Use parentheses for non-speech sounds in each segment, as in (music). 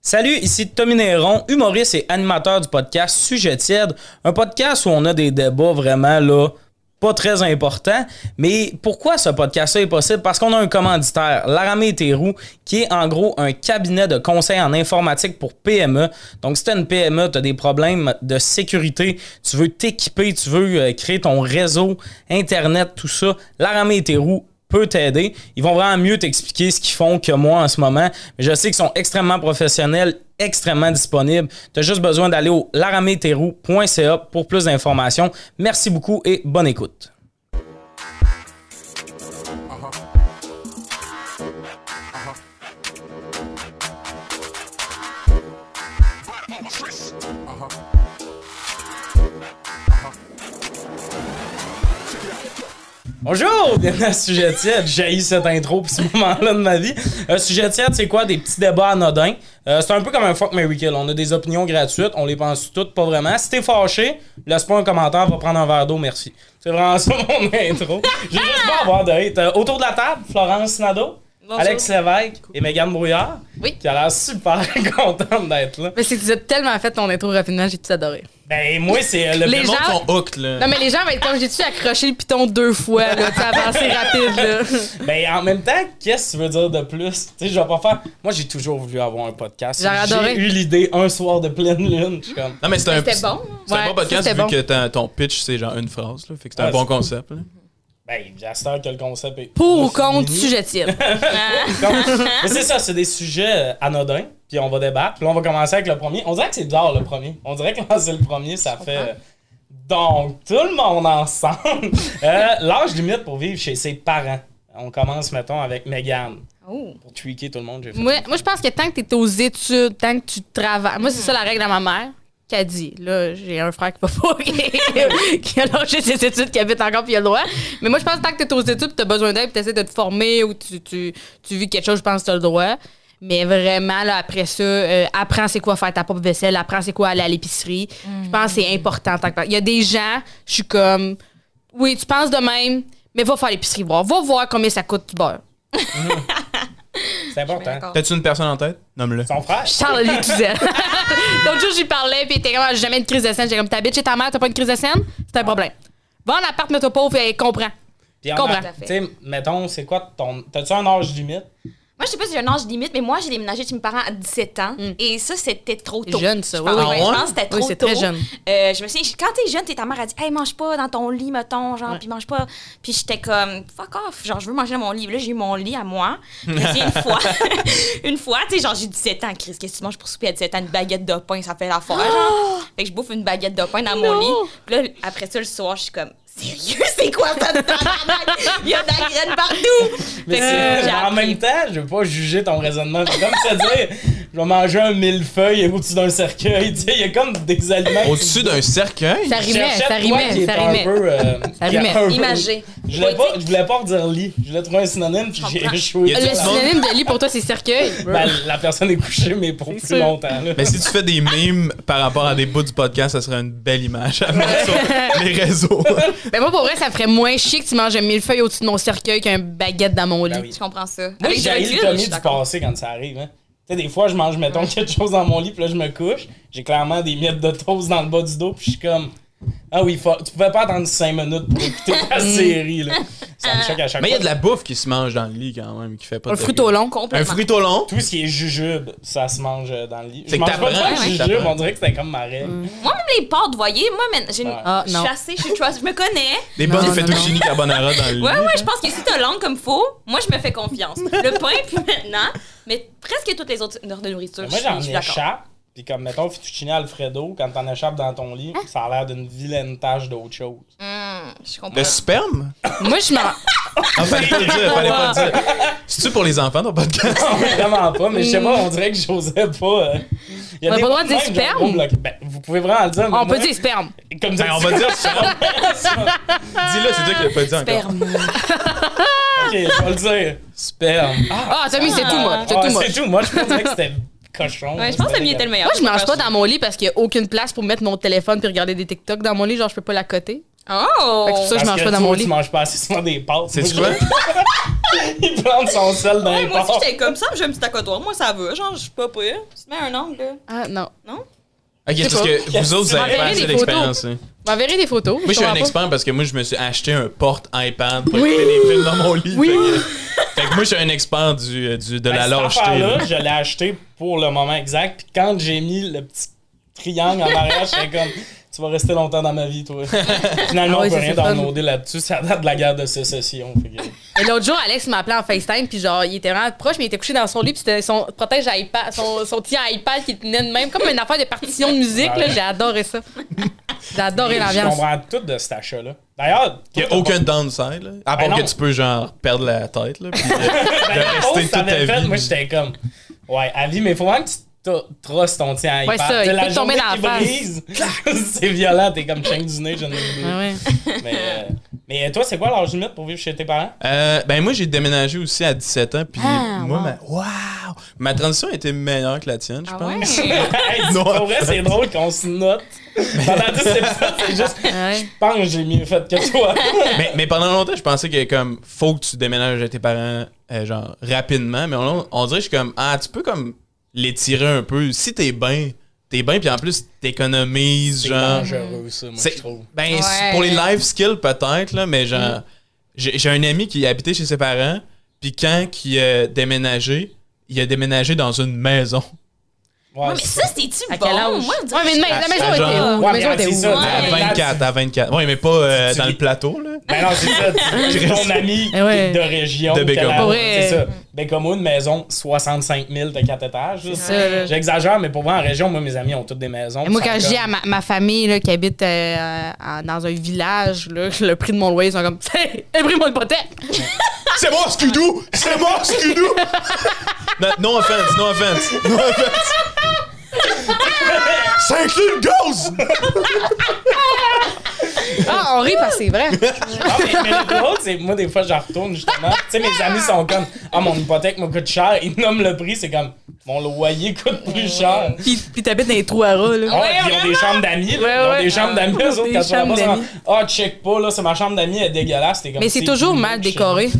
Salut, ici Tommy Néron, humoriste et animateur du podcast Sujet tiède, un podcast où on a des débats vraiment là pas très importants. mais pourquoi ce podcast-là est possible? Parce qu'on a un commanditaire, l'Aramé Térou, qui est en gros un cabinet de conseil en informatique pour PME. Donc, si tu une PME, tu as des problèmes de sécurité, tu veux t'équiper, tu veux euh, créer ton réseau, Internet, tout ça, l'Aramé Térou peut t'aider. Ils vont vraiment mieux t'expliquer ce qu'ils font que moi en ce moment. Mais je sais qu'ils sont extrêmement professionnels, extrêmement disponibles. Tu as juste besoin d'aller au larameterou.ca pour plus d'informations. Merci beaucoup et bonne écoute. Bonjour, (laughs) bienvenue à Sujet Tiède. J'ai cette intro pour ce moment-là de ma vie. Euh, Sujet Tiède, c'est quoi? Des petits débats anodins. Euh, c'est un peu comme un fuck Mary Kill. On a des opinions gratuites, on les pense toutes, pas vraiment. Si t'es fâché, laisse-moi un commentaire, va prendre un verre d'eau, merci. C'est vraiment (laughs) ça mon intro. J'ai juste pas à avoir de hate. Euh, autour de la table, Florence Sinado, Bonjour. Alex Lévesque et Megan Brouillard, Oui. qui a l'air super (laughs) contente d'être là. Mais c'est que tu as tellement fait ton intro rapidement, j'ai tout adoré. Ben, moi, c'est euh, le Les plus gens- long- Ton hook, là. Non, mais les gens vont être comme j'ai-tu accroché le piton deux fois, là, tu sais, avancé rapide, Euh, là. Ben, en même temps, qu'est-ce que tu veux dire de plus? Tu sais, je vais pas faire. Moi, j'ai toujours voulu avoir un podcast. J'aurais adoré. eu l'idée un soir de pleine lune. Je suis comme. Non, mais c'est un, C'était c'est- bon. c'est un Ouais, bon podcast c'était vu bon. que ton- ton pitch, c'est genre une phrase. Là, fait que c'est Ouais, un bon c'est- concept. là. Ben, à cette heure que le concept est. Pour ou c'est contre, fini. sujet tiède. Ah. Comme- (laughs) Mais c'est ça, c'est des sujets euh, anodins. Puis on va débattre. Puis là, on va commencer avec le premier. On dirait que c'est bizarre, le premier. On dirait que quand c'est le premier, ça fait. euh, Donc, tout le monde ensemble. (laughs) Euh, L'âge limite pour vivre chez ses parents. On commence, mettons, avec Megan. Oh. Pour tweaker tout le monde, j'ai fait. Moi, moi je pense que tant que tu es aux études, tant que tu travailles. Moi, c'est ça la règle à ma mère qu'elle dit. Là, j'ai un frère qui va pas, (laughs) qui- qui a lâché ses études, qui habite encore, puis il a le droit. Mais moi, je pense que tant que tu es aux études, tu as besoin d'aide, tu essaies de te former ou tu, tu, tu vis quelque chose, je pense que tu as le droit. Mais vraiment, là, après ça, euh, apprends c'est quoi faire ta propre vaisselle, apprends c'est quoi aller à l'épicerie. Je pense que c'est important. en tant que- Il y a des gens, je suis comme, oui, tu penses de même, mais va faire l'épicerie, voir. Va voir combien ça coûte du beurre. C'est important. T'as-tu une personne en tête? Nomme-le. Son frère. Charles Létuzel. (laughs) L'autre jour, j'y parlais, puis il était comme, Ah, j'ai jamais de crise de scène. J'ai comme, t'habites chez ta mère, t'as pas une crise de scène? C'est un problème. Va en appart, mets-toi pauvre, et comprends. Puis Comprends. en- Tu sais, mettons, c'est quoi ton. T'as-tu un âge limite? Moi, je sais pas si j'ai un âge limite, mais moi, j'ai déménagé chez mes parents à 17 ans. Et ça, c'était trop C'est tôt. Hmm. jeune, ça, Je oui, pense- oui. ouais, Ah ouais? Je pense que c'était Oui, trop c'est tôt. très jeune. Euh, je me souviens, quand t'es jeune, t'es ta mère a dit Hey, mange pas dans ton lit, mettons, genre, puis mange pas. Puis j'étais comme Fuck off, genre, je veux manger dans mon lit. Là, j'ai eu mon lit à moi. Puis j'ai dit, (laughs) une fois, (laughs) une fois, tu sais, genre, j'ai 17 ans, Chris, qu'est-ce que tu manges pour souper à 17 ans Une baguette de pain, ça fait l'affaire, Oh! genre. Fait que je bouffe une baguette de pain dans mon lit. Puis là, après ça, le soir, je suis comme Sérieux, c'est quoi ça de tabarnak? Il y a de la graine partout. Mais Fait que j'ai c'est- en appris. même temps, je veux pas juger ton raisonnement. C'est comme ça dire, je vais manger un millefeuille au-dessus d'un cercueil. Tu sais, il y a comme des aliments. que Au-dessus d'un cercueil? Ça tu rimait, cherchais ça de quoi qui rimait, est ça un rimait. peu, euh, Ça qui est rimait. un peu- Imagé. Je voulais pas, je voulais pas redire lit. Je voulais trouver un synonyme, puis j'ai comprends. échoué. Y a Le du monde- synonyme de lit pour toi, c'est cercueil. Ben, la personne est couchée, mais pour plus C'est sûr. longtemps. là. Mais si tu fais des mimes par rapport à des bouts du podcast, ça serait une belle image (laughs) à mettre sur les (laughs) réseaux. Ben, moi, pour vrai, ça ferait moins chier que tu manges un millefeuille au-dessus de mon cercueil qu'un baguette dans mon lit. Ben oui. Je comprends ça. Moi, Avec du j'ai recul, le je commis suis du d'accord. passé quand ça arrive. Hein. Tu sais, des fois, je mange, mettons, quelque chose dans mon lit, puis là, je me couche. J'ai clairement des miettes de toast dans le bas du dos, puis je suis comme. Ah oui, faut- tu pouvais pas attendre 5 minutes pour (laughs) écouter ta série. Là. Ça me choque à chaque Ah. Mais il y a fois. de la bouffe qui se mange dans le lit quand même, qui fait pas Un de fruit au long. Un Complètement. fruit au long? Tout ce qui est jujube, ça se mange euh, dans le lit. Je C'est que mange pas t'apprends, de ouais. jujube, t'apprends. Mm. on dirait que c'était comme ma règle. Moi, même les pâtes, voyez, moi, man, j'ai une... Ouais. Ah, je non. suis assez, je suis trust, je me connais. (laughs) Des Non, bonnes non, fettuccini carbonara dans le lit. Ouais, ouais, je pense que si t'as langue comme faux, moi, je me fais (laughs) confiance. Le pain, puis maintenant, mais presque toutes les autres ordres de nourriture, Mais Moi, je suis, je suis j'en d'accord. échappe. Puis comme, mettons, fettuccine Alfredo, quand t'en échappes dans ton lit, Ah. ça a l'air d'une vilaine tache d'autre chose. Hum, je comprends. Le sperme? Moi, (laughs) je m'en. Ah, fallait pas le dire, fallait pas le dire. C'est-tu pour les enfants ton podcast? Non, vraiment pas, mais je sais pas, on dirait que j'osais pas. euh, il y des Mm. On a pas le droit de dire même, j'ai un sperme? gros bloc- Ben, vous pouvez vraiment le dire. mais On moi, peut dire sperme. Comme ça, Ben, on va dire sperme. Dis-le, c'est toi qui l'as pas dit encore. Sperme. Ok, je vais le dire. Sperme. Ah, Ah, Tommy, c'est tout, moi. C'est tout, moi. C'est tout, moi, je pensais que c'était cochon. Ouais, je pense que le mien était le meilleur. Moi, je mange pas dans mon lit parce qu'il y a aucune place pour mettre mon téléphone puis regarder des TikTok dans mon lit. Genre, je peux pas la coter. Oh! Fait que c'est pour ça que Parce je mange que pas dans toi, mon Tu lit. manges pas assez souvent des pâtes. C'est Moi, quoi? je- (laughs) Il plante son sel dans Ouais, les moi aussi, porcs. j'étais comme ça, j'ai un petit accotoir. Moi, ça va. Genre, je suis pas pire. Tu te mets un angle, là. Ah, non. Non? Ok, sais parce que vous autres, vous avez Enverrez pas assez des photos. d'expérience. hein. Vous m'enverrez des photos. Moi, je suis un comprends pas. expert parce que moi, je me suis acheté un porte-iPad pour Oui. écouter des films dans mon lit. Oui. Fait que, fait que moi, je suis un expert du, euh, du- de la Ben, cette lâcheté. affaire-là, là. je l'ai acheté pour le moment exact. Puis quand j'ai mis le petit triangle en mariage, j'étais comme Tu vas rester longtemps dans ma vie, (laughs) toi. Finalement, Ah ouais, on peut ça, rien c'est fun. downloader là-dessus. Ça date de la guerre de sécession. fait que- Et l'autre jour, Alex m'appelait en FaceTime, puis genre, il était vraiment proche, mais il était couché dans son lit, puis c'était son protège iPad, son, son petit iPad qui tenait de même, comme une affaire de partition de musique, là. J'ai adoré ça. J'ai adoré Je l'ambiance. comprends tout de cet achat-là. D'ailleurs, Il n'y a toi, aucun downside. Là. À part Ben non. que tu peux, genre, perdre la tête. Là, (laughs) puis de, t'as- ben, la de pause, ça rester toute ta avait fait, vie. Moi, j'étais comme Ouais, à vie, mais faut vraiment que tu to- trosses ton tien à Ouais, iPad. ça, T'sais, il la peut te tomber journée dans la qui brise, (laughs) C'est violent, t'es comme chaîne du nez, je ne Ah ouais. mais, euh, mais toi, c'est quoi l'âge limite pour vivre chez tes (laughs) parents? Euh, ben moi j'ai déménagé aussi à 17 ans puis Ah, moi wow. ma... wow! ma transition était meilleure que la tienne je Ah pense. ouais? Hey, Non, pour vrai, en fait. c'est drôle qu'on se note. Pendant 10 épisodes, c'est juste. Ah Ouais. Je pense que j'ai mieux fait que (laughs) toi. mais, mais pendant longtemps, je pensais que comme faut que tu déménages à tes parents euh, genre rapidement, mais on, on dirait que je suis comme ah tu peux comme l'étirer un peu si t'es bien, t'es bien puis en plus t'économises C'est genre. dangereux, ça, moi, C'est- je trouve. Ben, Ouais. c'est pour les life skills, peut-être, là, mais genre, j'ai j'ai un ami qui habitait chez ses parents, puis quand il a déménagé, il a déménagé dans une maison. Ouais, Ouais, mais ça, c'est-tu À bon? quel âge? Moi, je ouais, mais dirais. une ma- la maison Ah, était genre- où? Ouais, La maison mais était c'est où? ça, Ouais. À Ouais. 24, à 24. Oui, mais pas euh, Tu- dans le plateau, là. Ben non, c'est ça. (laughs) tu- J'ai ton ami Eh ouais. de région. De qui Bécamo. a la- Pour vrai. C'est ça. Bécamo, une maison, 65 000 de 4 étages. là. ça, là. J'exagère, mais pour vrai, en région, moi, mes amis ont toutes des maisons. Et moi, Ça quand je me dis à ma, ma famille là, qui habite euh, en- dans un village, là, (laughs) le prix de mon loyer, ils sont comme, (laughs) Hey, le prix de mon hypothèque! C'est moi, Scudou! C'est moi, Scudou! non, no offense, no offense, no offense. Ça inclut le ghost! Ah, on rit parce que c'est (laughs) vrai. Ah, mais, mais le plus drôle, c'est que moi, des fois, je retourne justement. tu sais, mes amis sont comme Ah, mon hypothèque me coûte cher. Ils nomment le prix, c'est comme Mon loyer coûte plus cher. Puis, puis t'habites dans les trous à rats, là. Ah, puis ils ont des chambres d'amis. là. Ouais, ils ont ouais. des chambres d'amis. Des eux autres, quand tu vas chambres là-bas, c'est d'amis. genre, Ah, check pas, là, c'est ma chambre d'amis, elle est dégueulasse. T'es comme, Mais c'est toujours plus mal moche, décoré.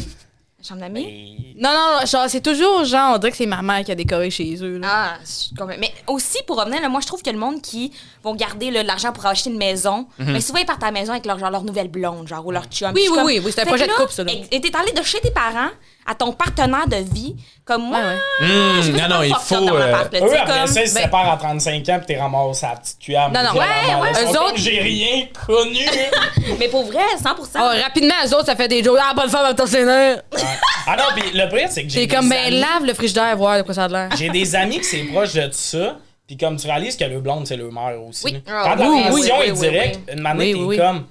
Chambre d'amis? Non, non, genre, c'est toujours genre, on dirait que c'est ma mère qui a décoré chez eux. Là. Ah, je suis convaincue. mais aussi pour revenir, là, moi je trouve que le monde qui vont garder là, de l'argent pour acheter une maison, mais souvent ils partent à la maison avec leur, genre, leur nouvelle blonde, genre ou leur chum. Mhm. Oui, Je suis oui, comme- oui, oui, c'est un Fait projet que de là, couple, ça, là. ex- Et t'es allé de chez tes parents à ton partenaire de vie, comme moi. Ouais, ouais. je veux Hmm, non, pas non, il sortir faut. dans mon euh, appart, là, tu Eux, sais, après comme- ça, ils se ben- séparent à 35 ans, puis t'es ramassé à la petite cuillère. Non, non, violemment, là. ouais, Ils sont ouais, eux comme, autres- J'ai rien connu. (laughs) Mais pour vrai, 100%. Ah, rapidement, eux autres, ça fait des jokes. Ah, bonne femme, ton seigneur! Ouais. Ah non, puis le pire, c'est que j'ai. T'es des comme, ben, amis- lave le frigidaire, voir de quoi ça a l'air. J'ai des amis qui c'est proche de ça. Puis comme tu réalises que le blonde, c'est le maire aussi. Oui. là. Quand la Oui, oui, relation Ah, oui, est oui, directe, une manière, Oui, t'es oui, oui. comme...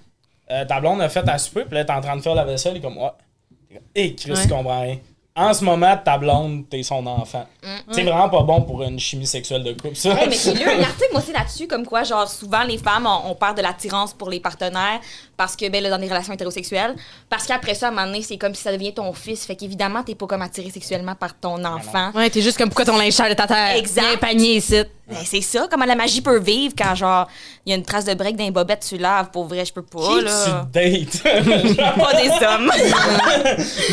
euh, ta blonde a fait à souper, puis là, t'es en train de faire la vaisselle, et comme... Ouais. T'es comme, Hé, Chris, Ouais. tu comprends rien. En ce moment, ta blonde, t'es son enfant. C'est vraiment pas bon pour une chimie sexuelle de couple, ça. Mm. Ouais, mais j'ai lu (laughs) un article moi aussi là-dessus, comme quoi, genre, souvent les femmes, on, on perd de l'attirance pour les partenaires parce que, ben, là, dans des relations hétérosexuelles. Parce qu'après ça, à un moment donné, c'est comme si ça devient ton fils. Fait qu'évidemment, t'es pas comme attiré sexuellement par ton enfant. Ouais, t'es juste comme, pourquoi ton linge sale de ta terre? Exact. Il y a un panier ici. Ben, c'est ça, comment la magie peut vivre quand, genre, il y a une trace de break d'un bobette, tu laves. Pour vrai, je peux pas, Qui là. tu (laughs) dates? Pas (laughs) des hommes.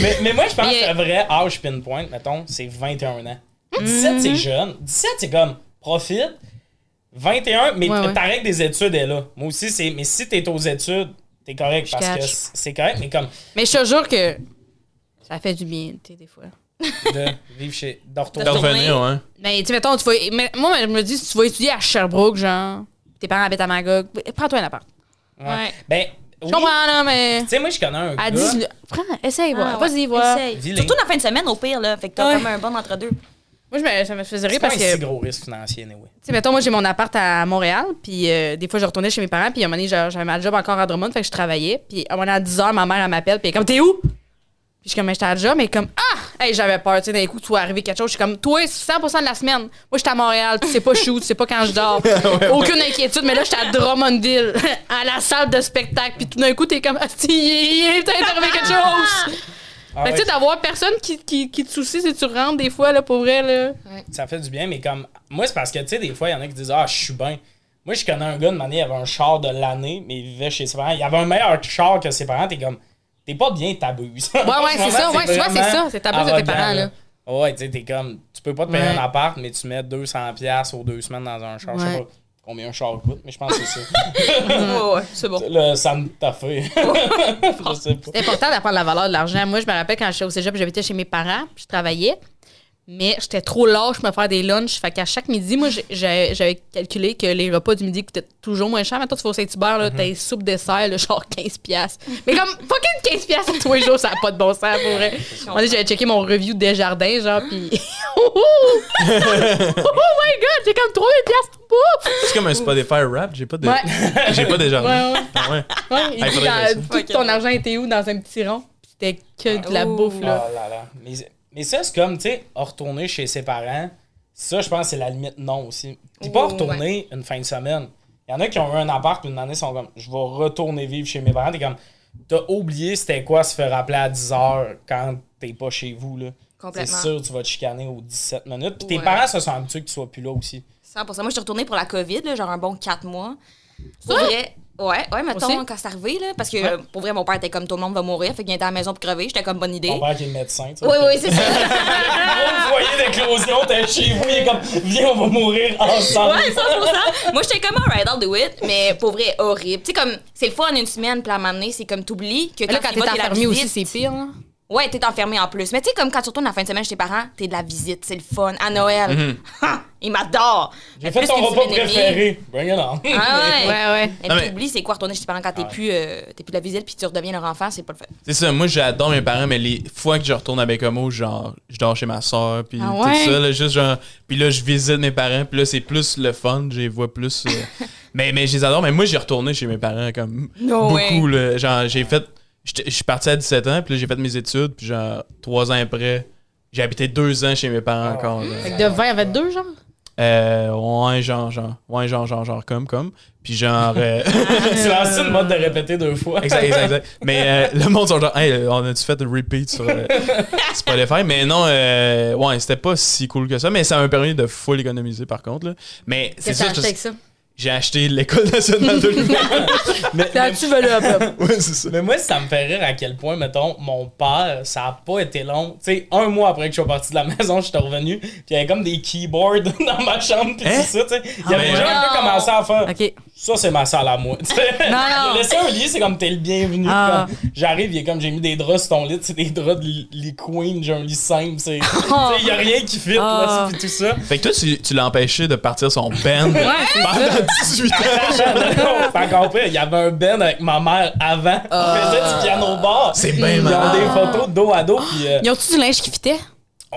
mais, mais moi, je pense Mais, que le vrai âge pinpoint, mettons, c'est 21 ans. Mm. 17, c'est jeune. 17, c'est comme, profite. 21, mais Ouais, ouais. ta règle des études est là. Moi aussi, c'est. Mais si t'es aux études, t'es correct parce catch. que c- c'est correct, mais comme Mais je te jure que ça fait du bien, tu sais, des fois. de vivre chez. de retourner. D'en revenir, hein. ouais. Mais Ben, tu sais, mettons, tu vas. mais moi, je me dis, si tu vas étudier à Sherbrooke, genre, tes parents habitent à Magog, ben, prends-toi un appart. Ouais. Ouais. Ben, Je oui. comprends, là, mais. Tu sais, moi, je connais un. À gars- 10 Prends, essaye, voir. Ah, ouais. Vas-y, voir. Essaye. Vilain. Surtout la fin de semaine, au pire, là. Fait que t'as Ouais. comme un bon entre-deux. Moi, je me, ça me faisait rire C'est pas parce un que. si gros risque financier, anyway. Tu sais, mettons, moi, j'ai mon appart à Montréal, puis euh, des fois, je retournais chez mes parents, puis à un moment donné, genre, j'avais ma job encore à Drummond, fait que je travaillais, puis à un moment donné, à 10 h ma mère, elle m'appelle, puis elle est comme, t'es où? Puis je suis comme, Ben, j'étais à la job, mais comme, ah! Hey, j'avais peur, tu sais, d'un coup, tu vas arriver quelque chose, je suis comme, toi, 100 de la semaine, moi, j'étais à Montréal, tu sais pas je suis où, tu sais pas quand (laughs) je dors, aucune inquiétude, mais là, j'étais à Drummondville, (laughs) à la salle de spectacle, puis tout d'un coup, t'es comme, ah, si, il est peut-être (laughs) arrivé quelque chose! Ah ouais, Fait que, Ben, tu sais, d'avoir personne qui, qui, qui te soucie si tu rentres des fois, là, pour vrai, là. ça fait du bien, mais comme. Moi, c'est parce que, tu sais, des fois, il y en a qui disent Ah, je suis bien. Moi, je connais un gars, de manière, il avait un char de l'année, mais il vivait chez ses parents. Il avait un meilleur char que ses parents. T'es comme, t'es pas bien, t'abuses. ouais, (laughs) c'est ça, ouais, souvent, c'est ça, c'est t'abuses de tes arrogant, parents, là. Ouais, tu sais, t'es comme, tu peux pas te payer Ouais. un appart, mais tu mets 200$ piastres aux deux semaines dans un char. Je sais Ouais. pas combien un char coûte, mais je pense que c'est ça. (laughs) Ouais, ouais, c'est bon. Le Sam Tafé. (laughs) je sais pas. C'est important d'apprendre la valeur de l'argent. Moi, je me rappelle quand j'étais au cégep, j'habitais chez mes parents, puis je travaillais. Mais j'étais trop lâche pour me faire des lunchs. Fait qu'à chaque midi, moi, j'ai- j'ai- j'avais calculé que les repas du midi coûtaient toujours moins cher. Maintenant, tu vas au Saint-Hubert, là, Mhm. t'as une soupe dessert, là, genre 15$. piastres. Mais comme, fucking 15$ piastres tous les jours, ça n'a pas de bon sens pour vrai. Moi, j'avais checké mon review des jardins, genre, puis. (laughs) oh, oh! Oh my god, j'ai comme 3000$ piastres en bouffe! C'est comme un Spotify rap, j'ai pas de. Ouais. j'ai pas de genre. Ouais, ouais. Ah ouais. Ouais, il Ah, il dit faudrait dans- que je tout ton argent était où dans un petit rond? Puis C'était que de la Ouh. bouffe, là. Ah là là. Mais, mais ça, c'est comme, tu sais, retourner chez ses parents, ça, je pense, c'est la limite non aussi. Puis pas Ouh, retourner une fin de semaine. Il y en a qui ont eu un appart, puis une année, ils sont comme, je vais retourner vivre chez mes parents. T'es comme, t'as oublié c'était quoi se faire appeler à 10 heures quand t'es pas chez vous, là. C'est Complètement. sûr, tu vas te chicaner aux 17 minutes. Puis tes Ouais. parents se sont habitués que tu sois plus là aussi. 100%. Moi, je suis retournée pour la COVID, là, genre un bon 4 mois. Pour vrai, ouais, ouais, mettons, Aussi? quand c'est arrivé, là, parce que Ouais. euh, pour vrai, mon père était comme tout le monde va mourir, fait qu'il était à la maison pour crever, j'étais comme bonne idée. Ton père qui est médecin, tu sais. Oui, (laughs) oui, c'est ça. (laughs) Au foyer d'éclosion, t'es chez vous, il est comme, viens, on va mourir ensemble. Ouais, 100%. Moi, j'étais comme, alright, I'll do it, mais pour vrai, horrible. Tu sais, comme, c'est le fun une semaine, puis à un moment donné, c'est comme, t'oublies que Mais là, quand tu vas, t'es t'es la enfermé aussi, visite. c'est pire, là. Ouais, t'es enfermé en plus. Mais tu sais, comme quand tu retournes la fin de semaine chez tes parents, t'es de la visite, c'est le fun. À Noël, ha, ils m'adorent. J'ai Plus fait ton qu'une repas semaine et demie. préféré. Bring it on. Ah ouais. Ouais, ouais. Et Non, puis mais- t'oublies c'est quoi retourner chez tes parents quand t'es Ah ouais. plus, euh, t'es plus de la visite puis tu redeviens leur enfant, c'est pas le fun. C'est ça, moi j'adore mes parents, mais les fois que je retourne à Bécamo, genre, je dors chez ma soeur, puis Ah tout ouais? ça, là, juste genre, puis là, je visite mes parents, puis là, c'est plus le fun, je les vois plus. euh, mais, mais je les adore, mais moi, j'ai retourné chez mes parents, comme, No beaucoup, là. Genre, j'ai fait, j'étais- je suis parti à 17 ans, puis là, j'ai fait mes études, puis genre, trois ans après, j'ai habité deux ans chez mes parents Ah. encore, là. Fait que de 20 à 22, genre. Euh, ouais, genre, genre, ouais, genre, genre, genre, comme, comme. Puis genre, euh, (laughs) C'est l'ancienne mode de répéter deux fois. Exact, exact, exact. Mais euh, le monde sont genre, hey, euh, on a-tu fait un repeat sur euh, Spotify? Mais non, euh, ouais, c'était pas si cool que ça. Mais ça m'a permis de full économiser par contre. là. Mais Qu'est-ce c'est que ça, t'as acheté avec ça? j'ai acheté l'École nationale (laughs) de l'humour. Mais, mais- Là-dessus, vas là, hop, ouais, c'est ça. mais moi, ça me fait rire à quel point, mettons, mon père, ça a pas été long. Tu sais, un mois après que je suis parti de la (laughs) maison, je suis revenu, puis il y avait comme des keyboards (laughs) dans ma chambre, puis Hein? tout ça, tu sais. Il y mais- avait déjà un peu Non. commencé à faire. (laughs) OK. Ça, c'est ma salle à moi. tu sais. Non, (laughs) non. Laisser un lit, c'est comme t'es le bienvenu. Ah. comme, J'arrive, il est comme j'ai mis des draps sur ton lit, c'est des draps de lit- lit queen, j'ai un lit simple. (laughs) c'est- tu sais, Il y a rien qui fit, là, Oh. Ah. puis tout ça. Fait que toi, tu, tu l'as empêché de partir son band pendant 18 ans. T'as encore pire, il y avait un ben avec ma mère avant. On faisait du piano bar. C'est bien Ils ont malade. des photos dos à dos. Puis, euh, Ils ont-tu du linge qui fitait?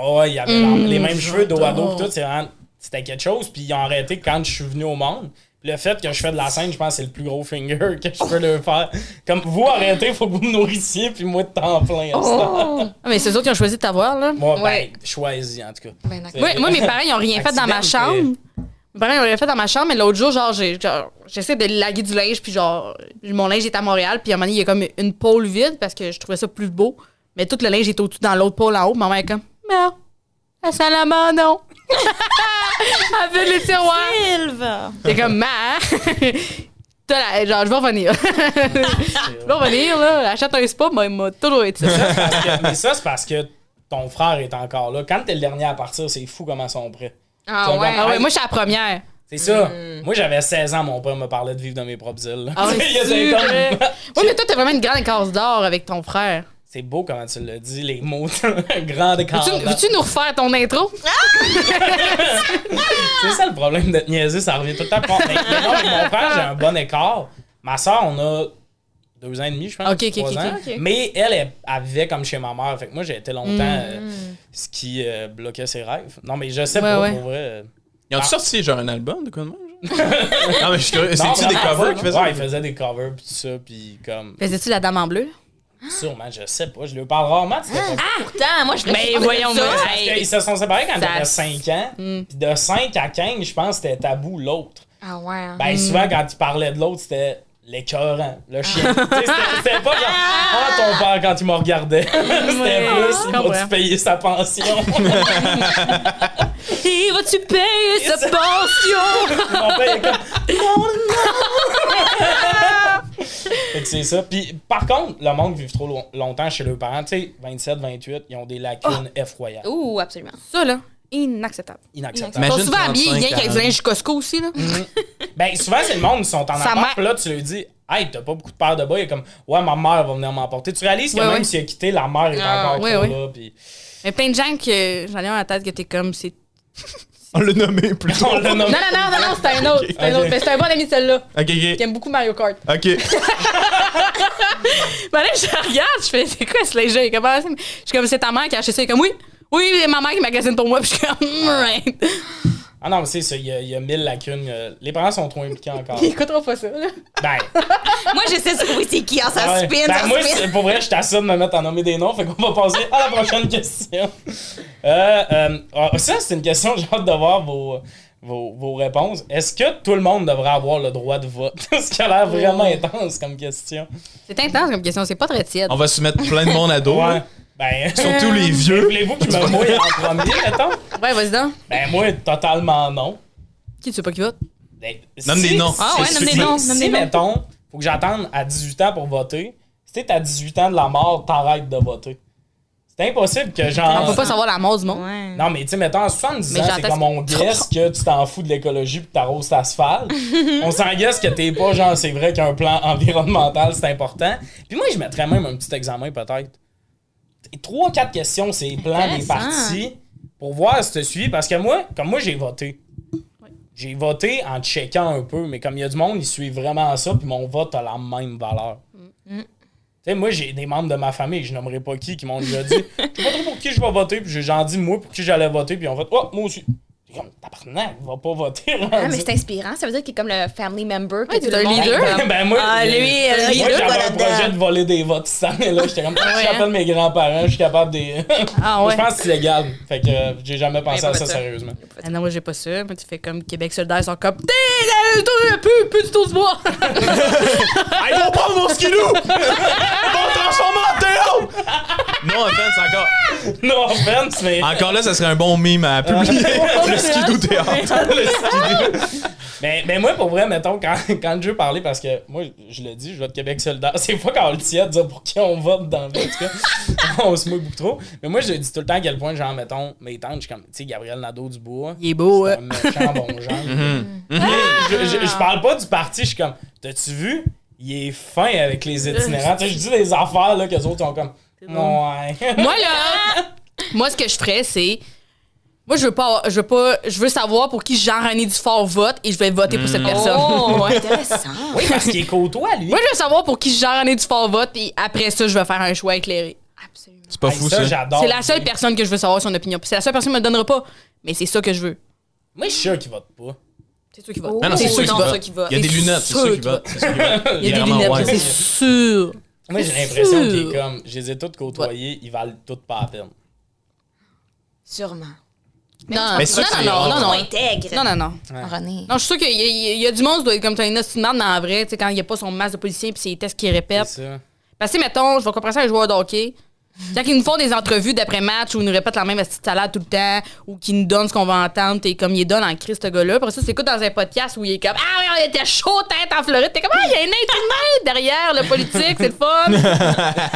oh, ouais, il y avait la- les mêmes cheveux dos à dos. puis tout, c'est vraiment- c'était quelque chose. Puis ils ont arrêté quand je suis venu au monde. Puis le fait que je fais de la scène, je pense que c'est le plus gros finger (laughs) que je peux leur faire. Comme vous arrêtez, faut que vous me nourrissiez, puis moi de temps plein. à ce temps. Ah, mais c'est eux autres qui ont choisi de t'avoir, là. Moi, ben, Ouais. choisis en tout cas. Ben, d'accord. Moi, moi, mes parents, ils ont rien fait dans ma Accident, mais- chambre. Mes parents, ils ont rien fait dans ma chambre, mais l'autre jour, genre, j'ai- genre, j'essaie de laguer du linge, puis genre, mon linge est à Montréal, puis à un moment donné, il y a comme une pôle vide parce que je trouvais ça plus beau. Mais tout le linge est au-dessus dans l'autre pôle en haut. Maman est comme, non, elle sent la main, non. (laughs) elle fait les tiroirs. Sylve! T'es comme, ma. hein? (laughs) T'as la- genre, je vais revenir. (laughs) je vais revenir, là. Achète un spa, mais il m'a toujours été ça. Parce que- mais ça, c'est parce que ton frère est encore là. Quand t'es le dernier à partir, c'est fou comment ils sont prêts. Ah Tu ouais. vas Ah ouais, moi, je suis la première. C'est ça. Moi, j'avais 16 ans, mon père me parlait de vivre dans mes propres îles. là. Mm. Ah (laughs) ouais, (laughs) Il y a c'est cinq ans. vrai. Oui, mais toi, t'as vraiment une grande écart d'or avec ton frère. C'est beau comment tu le dis, les mots. (laughs) Grand écart. Veux-tu veux-tu nous refaire ton intro? C'est ça le problème d'être niaisé, ça revient tout le temps. Bon, mais- mais non, avec mon père, j'ai un bon écart. Ma soeur, on a deux ans et demi, je pense. Ok, ok, trois ok, ans. ok. Mm. Mais elle, elle, elle vivait comme chez ma mère. Fait que moi, j'ai été longtemps euh, ce qui euh, bloquait ses rêves. Non, mais je sais Ouais, pas, ouais. pour vrai. euh, Ils ont Ah. sorti genre un album de quoi de même? genre? non, mais je suis curieux. non, C'est-tu des vraiment, covers ça, qu'ils faisaient? Ouais, ils faisaient des covers, pis tout ça, pis comme. Faisais-tu la dame en bleu? Sûrement, je sais pas. Je lui parle rarement de cette Ah, époque. Pourtant, moi, je Mais voyons, ça. moi, Parce qu'ils se sont séparés quand Ça- t'avais 5 ans. Mm. Puis de 5 à 15, je pense que c'était tabou l'autre. Ah ouais. hein. Mm. Ben, souvent, quand tu parlais de l'autre, c'était l'écœurant, le (laughs) chien. Tu sais, c'était c'était pas genre, ah, ton père quand il me regardait. (laughs) c'était Ouais. plus, il Je comprends. va-tu payer sa pension? Et vas-tu payer sa pension? Mon père est comme, non, non! Fait que c'est ça. Puis, par contre, le monde vit trop long- longtemps chez leurs parents. Tu sais, 27, 28, ils ont des lacunes Oh. effroyables. Ouh, absolument. Ça, là, inacceptable. Inacceptables. Ils Imagine sont souvent habillés 35, rien qu'avec du 40. linge Costco aussi, là. Ben, souvent, c'est le monde qui sont en Sa appart. mère- Puis là, tu lui dis, hey, t'as pas beaucoup de paires de bas. Il est comme, ouais, ma mère va venir m'emporter. Tu réalises que Ouais, même ouais. s'il a quitté, la mère est Ah, encore ouais, toujours ouais. là. Puis (laughs) Mais plein de gens que j'en ai un en tête que t'es comme, c'est. On l'a nommé plus tôt. on le nomme. Non, non, non, non, non, c'est un autre. C'est un Ok. autre. Mais c'est un bon ami, celle-là, Ok, qui ok. aime beaucoup Mario Kart. Ok. Ben là, je regarde, je fais, c'est quoi ce linge? Il est comme, Ah, c'est- je suis comme, c'est ta mère qui a acheté ça. Il est comme, oui, oui, c'est ma mère qui magasine pour moi. Puis je suis comme, (laughs) Hmm, right. Ah non, mais c'est ça, il y, a- il y a mille lacunes. euh, Les parents sont trop impliqués (laughs) encore. Il écoutera pas ça, là. ben, Moi, j'essaie de trouver c'est qui, en ça ouais. spin, Ben, ça moi, spin. c'est- pour vrai, je t'assure de me mettre à nommer des noms. Fait qu'on va passer à la prochaine (laughs) question. Euh, euh, ah, ça, c'est une question, (laughs) j'ai hâte de voir vos, vos, vos réponses. Est-ce que tout le monde devrait avoir le droit de vote? (laughs) Ce qui a l'air vraiment Oh. intense comme question. C'est intense comme question, c'est pas très tiède. On va se mettre plein de monde à dos. Ouais. Ben, Surtout Euh, les vieux. voulez-vous que je me (laughs) mouille en premier, mettons? Ouais, vas-y donc. Ben, moi, totalement non. Qui tu sais pas qui vote? Ben, Nomme si- des noms. Ah si- ouais, nomme des si- noms, Si, nomme des noms. mettons, faut que j'attende à 18 ans pour voter, si t'es à 18 ans de la mort, t'arrêtes de voter. C'est impossible que genre. On peut Ah, pas savoir la mort du monde. Ouais. Non, mais tu sais, mettons, à 70 Mais ans, c'est j'entends- comme on guesse que tu t'en fous de l'écologie pis t'arroses l'asphalte. on s'en guesse que t'es pas genre, c'est vrai qu'un plan environnemental, c'est important. Puis moi, je mettrais même un petit examen peut-être. Trois, quatre questions, c'est plan des Intéressant. partis pour voir si tu suis. Parce que moi, comme moi, j'ai voté. J'ai voté en checkant un peu, mais comme il y a du monde, ils suivent vraiment ça, puis mon vote a la même valeur. Mm. Tu sais, moi, j'ai des membres de ma famille, je nommerai pas qui, qui m'ont déjà (laughs) dit « Je sais pas trop pour qui je vais voter », puis j'ai genre dit moi pour qui j'allais voter, puis on vote « Oh, moi aussi ». J'ai comme « Tabarnak, il va pas voter. Ah, mais rendu. c'est inspirant. Ça veut dire qu'il est comme le family member. Ouais, que c'est tout le un monde leader. est comme- Ben moi, Ah, j'ai- lui, euh, moi, il est j'avais deux fois un là-dedans. projet de voler des votes cette année-là. J'étais comme, ouais, j'appelle hein? mes grands-parents, je suis capable des. (laughs) Ah ouais. Je pense que c'est légal. Fait que euh, j'ai jamais pensé Ouais, à pas ça ça. sérieusement. (laughs) Ah non, moi j'ai pas ça. Moi, tu fais comme Québec solidaire, ils sont comme T'es euh, plus, plus du tout du bois. Ah, ils vont prendre mon skidoo! Ils vont le transformer en théâtre! Non, offense, encore. Non offense, mais. Encore là, ça serait un bon mime à (laughs) publier. le skidoo théâtre. Mais, mais Ben, moi, pour vrai, mettons, quand, (laughs) quand je veux parler, parce que moi, je le dis, je vote Québec solidaire. (laughs) C'est pas quand on le tient de dire pour qui on vote dans le En tout (laughs) cas, on se mouille beaucoup trop. Mais moi, je dis tout le temps à quel point, genre, mettons, mes tantes, je suis comme, tu sais, Gabriel Nadeau-Dubois. Il est beau, hein. c'est ouais. un méchant bon (laughs) genre. Mhm. Mais euh, je, je, je parle pas du parti, je suis comme, t'as-tu vu? Il est fin avec (laughs) les itinérants. Tu sais, je dis des affaires, là, que les autres sont comme, ouais. moi là, moi ce que je ferais, c'est. Moi je veux pas avoir- je veux pas. Je veux savoir pour qui Jean-René Dufort vote et je vais voter pour cette personne. Oh, Ouais. intéressant. (laughs) Oui, parce qu'il est côtois, lui. Moi je veux savoir pour qui Jean-René Dufort vote et après ça, je vais faire un choix éclairé. Absolument. C'est pas Hey, fou, ça. j'adore. C'est la seule personne que je veux savoir son opinion. Puis C'est la seule personne qui me le donnera pas. Mais c'est ça que je veux. Moi, je suis sûr qu'il vote pas. C'est toi qui vote. Ah non, c'est Oh, sûr non, ceux qu'il qui vote. votent. Il y a des C'est lunettes, c'est sûr sûr qu'il qu'ils vote. c'est sûr qu'il vote. Il y a des vraiment lunettes, wise. c'est sûr. Moi, j'ai C'est l'impression sûr. qu'il est comme, je les ai toutes côtoyées, ils valent toutes pas la peine. Sûrement. Non, Mais ça, non, c'est non, non, rare. non, non. On intègre. Non, non, non. René. Non, je suis sûr qu'il y, a- il y a du monde qui doit être comme t'as une hostie de merde dans la vraie, tu sais, quand il n'y a pas son masque de policier puis ses tests qu'il C'est répète. ça. Parce que, Ben, mettons, je vais comparer ça à un joueur de hockey. Quand ils nous font des entrevues d'après-match où ils nous répètent la même petite salade tout le temps ou qu'ils nous donnent ce qu'on va entendre, t'es comme, il est donne en crise, ce gars-là. Après ça, c'est dans un podcast où il est comme, ah oui, on était chaud tête en Floride. T'es comme, ah, il y a une être humain derrière le politique, c'est le fun. (laughs)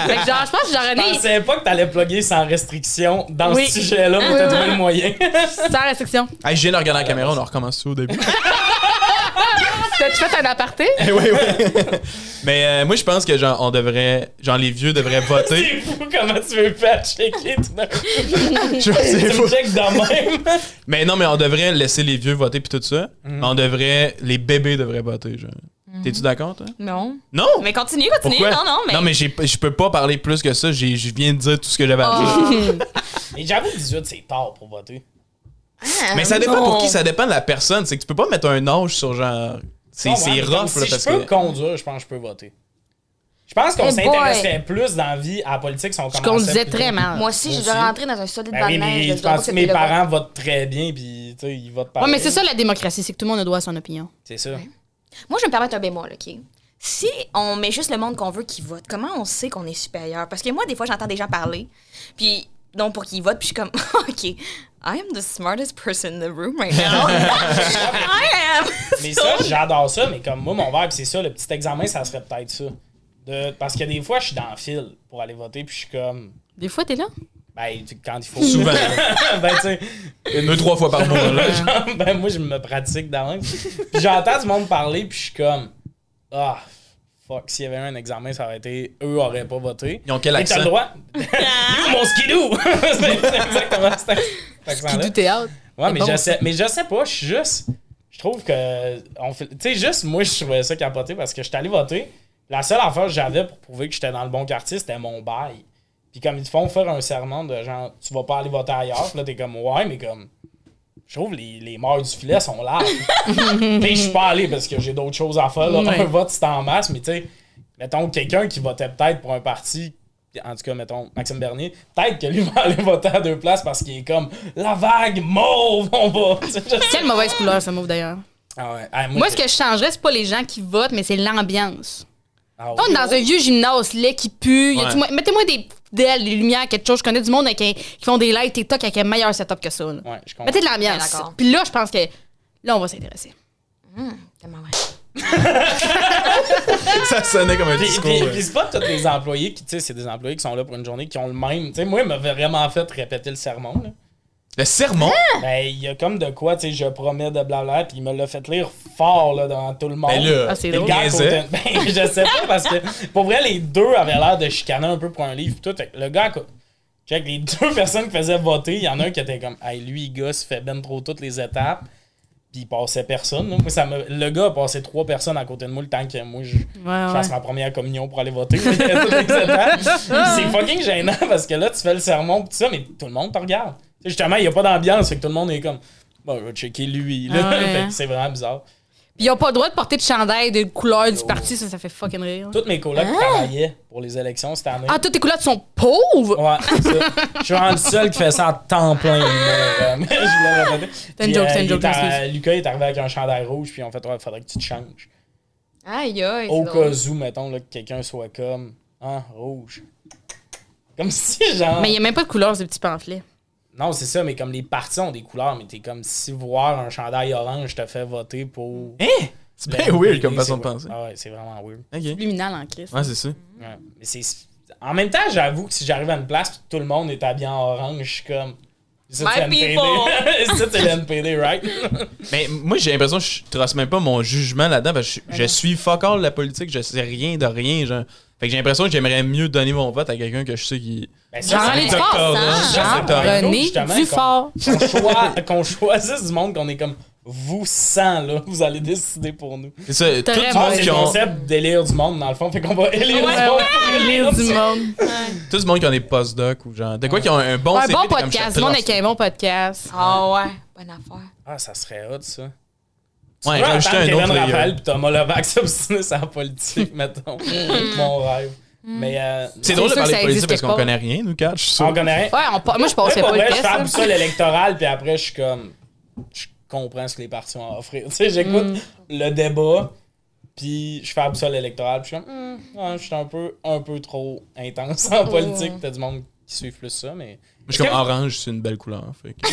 fait que genre, je pense que genre, Je René, pensais pas que t'allais plugger sans restriction dans Oui. Ah. ce sujet-là, mais t'as trouvé le (laughs) moyen. sans restriction. Hey, je viens de regarder la caméra, on en recommence tout au (laughs) début. T'as-tu fait un aparté? Eh oui, oui. Mais euh, moi, je pense que genre, on devrait. Genre, les vieux devraient voter. (laughs) C'est fou comment tu veux faire checker tout d'un coup. Je sais, Tu c'est fou. me checkes de même. Mais non, mais on devrait laisser les vieux voter puis tout ça. Mais on devrait. Les bébés devraient voter, genre. T'es-tu d'accord, toi? Non. Non! Mais continue, continue. Pourquoi? Non, non, mais. j'ai- je peux pas parler plus que ça. J'ai- Je viens de dire tout ce que j'avais à Oh. dire. Ah, Mais j'avoue, 18, c'est tard pour voter. Ah, Mais ça dépend non. pour Oh. qui, ça dépend de la personne. C'est que tu peux pas mettre un âge sur genre. C'est Non, c'est ouais, mais comme rough, là, Si parce je peux que. conduire, je pense que je peux voter. Je pense qu'on Oh Hey boy. s'intéresserait plus dans la vie à la politique si on Je commençait. conduisais plus très tôt. mal. Moi aussi, je dois Aussi. rentrer dans un solide Ben bain oui, de mais neige. je je dois pas pense que que mes c'était le parents votent très bien, puis tu sais, ils votent pas. Ouais, mais c'est ça la démocratie, c'est que tout le monde a droit à son opinion. C'est ça. bon. Moi, je vais me permettre un bémol, OK? Si on met juste le monde qu'on veut qui vote, comment on sait qu'on est supérieur? Parce que moi, des fois, j'entends des gens parler, puis donc pour qu'ils votent, puis je suis comme, (laughs) OK, I am the smartest person in the room right now. (laughs) I am. Mais ça, j'adore ça, mais comme moi, mon verbe, c'est ça, le petit examen, ça serait peut-être ça. de- parce que des fois, je suis dans le fil pour aller voter, puis je suis comme. Des fois, t'es là. Ben, tu- quand il faut. Souvent. (laughs) ben, tu sais, Deux, trois fois par mois. là. (laughs) genre, ben, moi, je me pratique dans même. Puis j'entends du monde parler, puis je suis comme. Ah, fuck, s'il y avait eu un examen, ça aurait été. Eux auraient pas voté. Ils ont quel Et t'as le accent? droit. (laughs) You, mon skidoo! (laughs) c'est c'est exactement cet ac- cet Qui accent-là. du théâtre. Ouais, mais, bon, je ça. sais, mais je sais pas, je suis juste. Je trouve que. on fait- Tu sais, juste, moi, je trouvais ça capoté parce que je suis allé voter. La seule affaire que j'avais pour prouver que j'étais dans le bon quartier, c'était mon bail. Puis comme ils te font faire un serment de genre, tu vas pas aller voter ailleurs, puis là, t'es comme, ouais, mais comme. Je trouve les, les morts du filet sont (laughs) larges. Puis je suis pas allé parce que j'ai d'autres choses à faire. Là. Ouais. Un vote, c'est en masse, mais tu sais, mettons quelqu'un qui votait peut-être pour un parti, en tout cas, mettons Maxime Bernier, peut-être que lui (laughs) va aller voter à deux places parce qu'il est comme la vague mauve, on va. Tu sais, je- Quelle mauvaise couleur, ce mauve d'ailleurs. Ah ouais. Ah, Moi, ce que je changerais, c'est pas les gens qui votent, mais c'est l'ambiance. Ah ouais. On est dans un vieux gymnase laid qui pue. Y a-tu Ouais. mo- Mettez-moi des ailes, des lumières, quelque chose. Je connais du monde avec un- qui font des lives TikTok avec un meilleur setup que ça. là. Ouais, je comprends. Mettez de Ouais, l'ambiance. d'accord. Puis là, je pense que là, on va s'intéresser. Tellement vrai. (laughs) Ça sonnait comme un Puis, discours. puis- ouais. puis c'est pas tous les employés qui, tu sais, c'est des employés qui sont là pour une journée qui ont le même. Tu sais, moi, il m'a vraiment fait répéter le sermon. Là. Le sermon? Ben, il y a comme de quoi, tu sais, je promets de blabla, puis il me l'a fait lire fort, là, devant tout le monde. Ben là, Ah, c'est Les drôle. gars à côté- niaisait. (laughs) ben, je sais pas parce que pour vrai les deux avaient l'air de chicaner un peu pour un livre pis tout. Fait que le gars à co- check les deux (laughs) personnes qui faisaient voter, il y en a un qui était comme hey, lui il gosse, il fait ben trop toutes les étapes. Puis il passait personne. là. Moi, ça me... Le gars a passé trois personnes à côté de moi le temps que moi je, Ouais, je Ah ouais. fasse ma première communion pour aller voter. (laughs) Il y a toutes les étapes. C'est fucking gênant parce que là, tu fais le sermon pis tout ça, mais tout le monde te regarde. Tu sais, justement, il n'y a pas d'ambiance, fait que tout le monde est comme Bon, je vais checker lui. là. Ah (laughs) ouais, Fait que hein. c'est vraiment bizarre. Puis ils ont pas le droit de porter de chandail de couleur du parti, ça, ça fait fucking rire. Toutes mes colocs travaillaient pour les élections cette année. Hein? Ah, toutes tes couleurs sont pauvres? Ouais, c'est ça. Je suis vraiment le seul qui fait ça à temps plein. là, (laughs) euh, mais je voulais répéter. C'est une Puis, joke, c'est euh, une il joke, est à- excuse. Lucas est arrivé avec un chandail rouge, puis on fait, ouais, faudrait que tu te changes. Aïe, aïe. Au c'est cas drôle. où, mettons, là, que quelqu'un soit comme, hein, rouge. Comme (laughs) si, genre. Mais il n'y a même pas de couleur, ce petit pamphlet. Non, c'est ça, mais comme les partis ont des couleurs, mais t'es comme si voir un chandail orange te fait voter pour. Hein? C'est bien Ben weird comme façon de Ben, C'est- penser. Ah ouais, c'est vraiment weird. Ok. Luminal en crise. Ouais, c'est ça. Ouais. Mais c'est. En même temps, j'avoue que si j'arrive à une place pis tout le monde est habillé en orange, je suis comme. Ça, My c'est NPD. (laughs) ça, c'est l'NPD, right? Ben, Mais moi, j'ai l'impression que je trace même pas mon jugement là-dedans parce que je, je suis fuck all de la politique, je sais rien de rien, genre. Fait que j'ai l'impression que j'aimerais mieux donner mon vote à quelqu'un que je sais qui. Ben, ça, Genre c'est les un forts, doctorat, hein? doctorat. Genre Ouais, René justement, Dufort. qu'on choi- qu'on choisisse du monde qu'on est comme vous sans, là, vous allez décider pour nous. C'est ça, tout Très du, Ah, bon. monde c'est qui le ont, concept d'élire du monde, dans le fond. Fait qu'on va élire Ouais, du monde. ouais, l'île du monde. tout du monde qui ont des postdocs ou genre. De quoi qui ont un bon Un CV, bon t'es comme, podcast, je le monde trace- avec un bon podcast. Ah ouais, bonne affaire. Ah, ça serait hot, ça. Ouais, Tu peux rajouter entendre Kevin un autre. euh, là, il y a- Raphaël pis Thomas Levac s'obstiner sur la (laughs) politique, mettons. Mon rêve. Mais euh, C'est drôle de sûr que parler ça de politique existe parce qu'on quelque connaît rien, nous quatre, je suis sûr. on connaît rien. Ouais, on pa- moi je Moi, passais pas pour le vrai, je fais la test. là. boussole électorale, puis après, je suis comme. Je comprends ce que les partis ont à offrir. (laughs) Tu sais, j'écoute Mm. le débat, puis je fais la boussole électorale, puis je suis comme. Hum, ouais, je suis un peu, un peu trop intense Oh. en politique. T'as du monde qui suit plus ça, mais. Moi, je suis comme orange, c'est une belle couleur. fait que-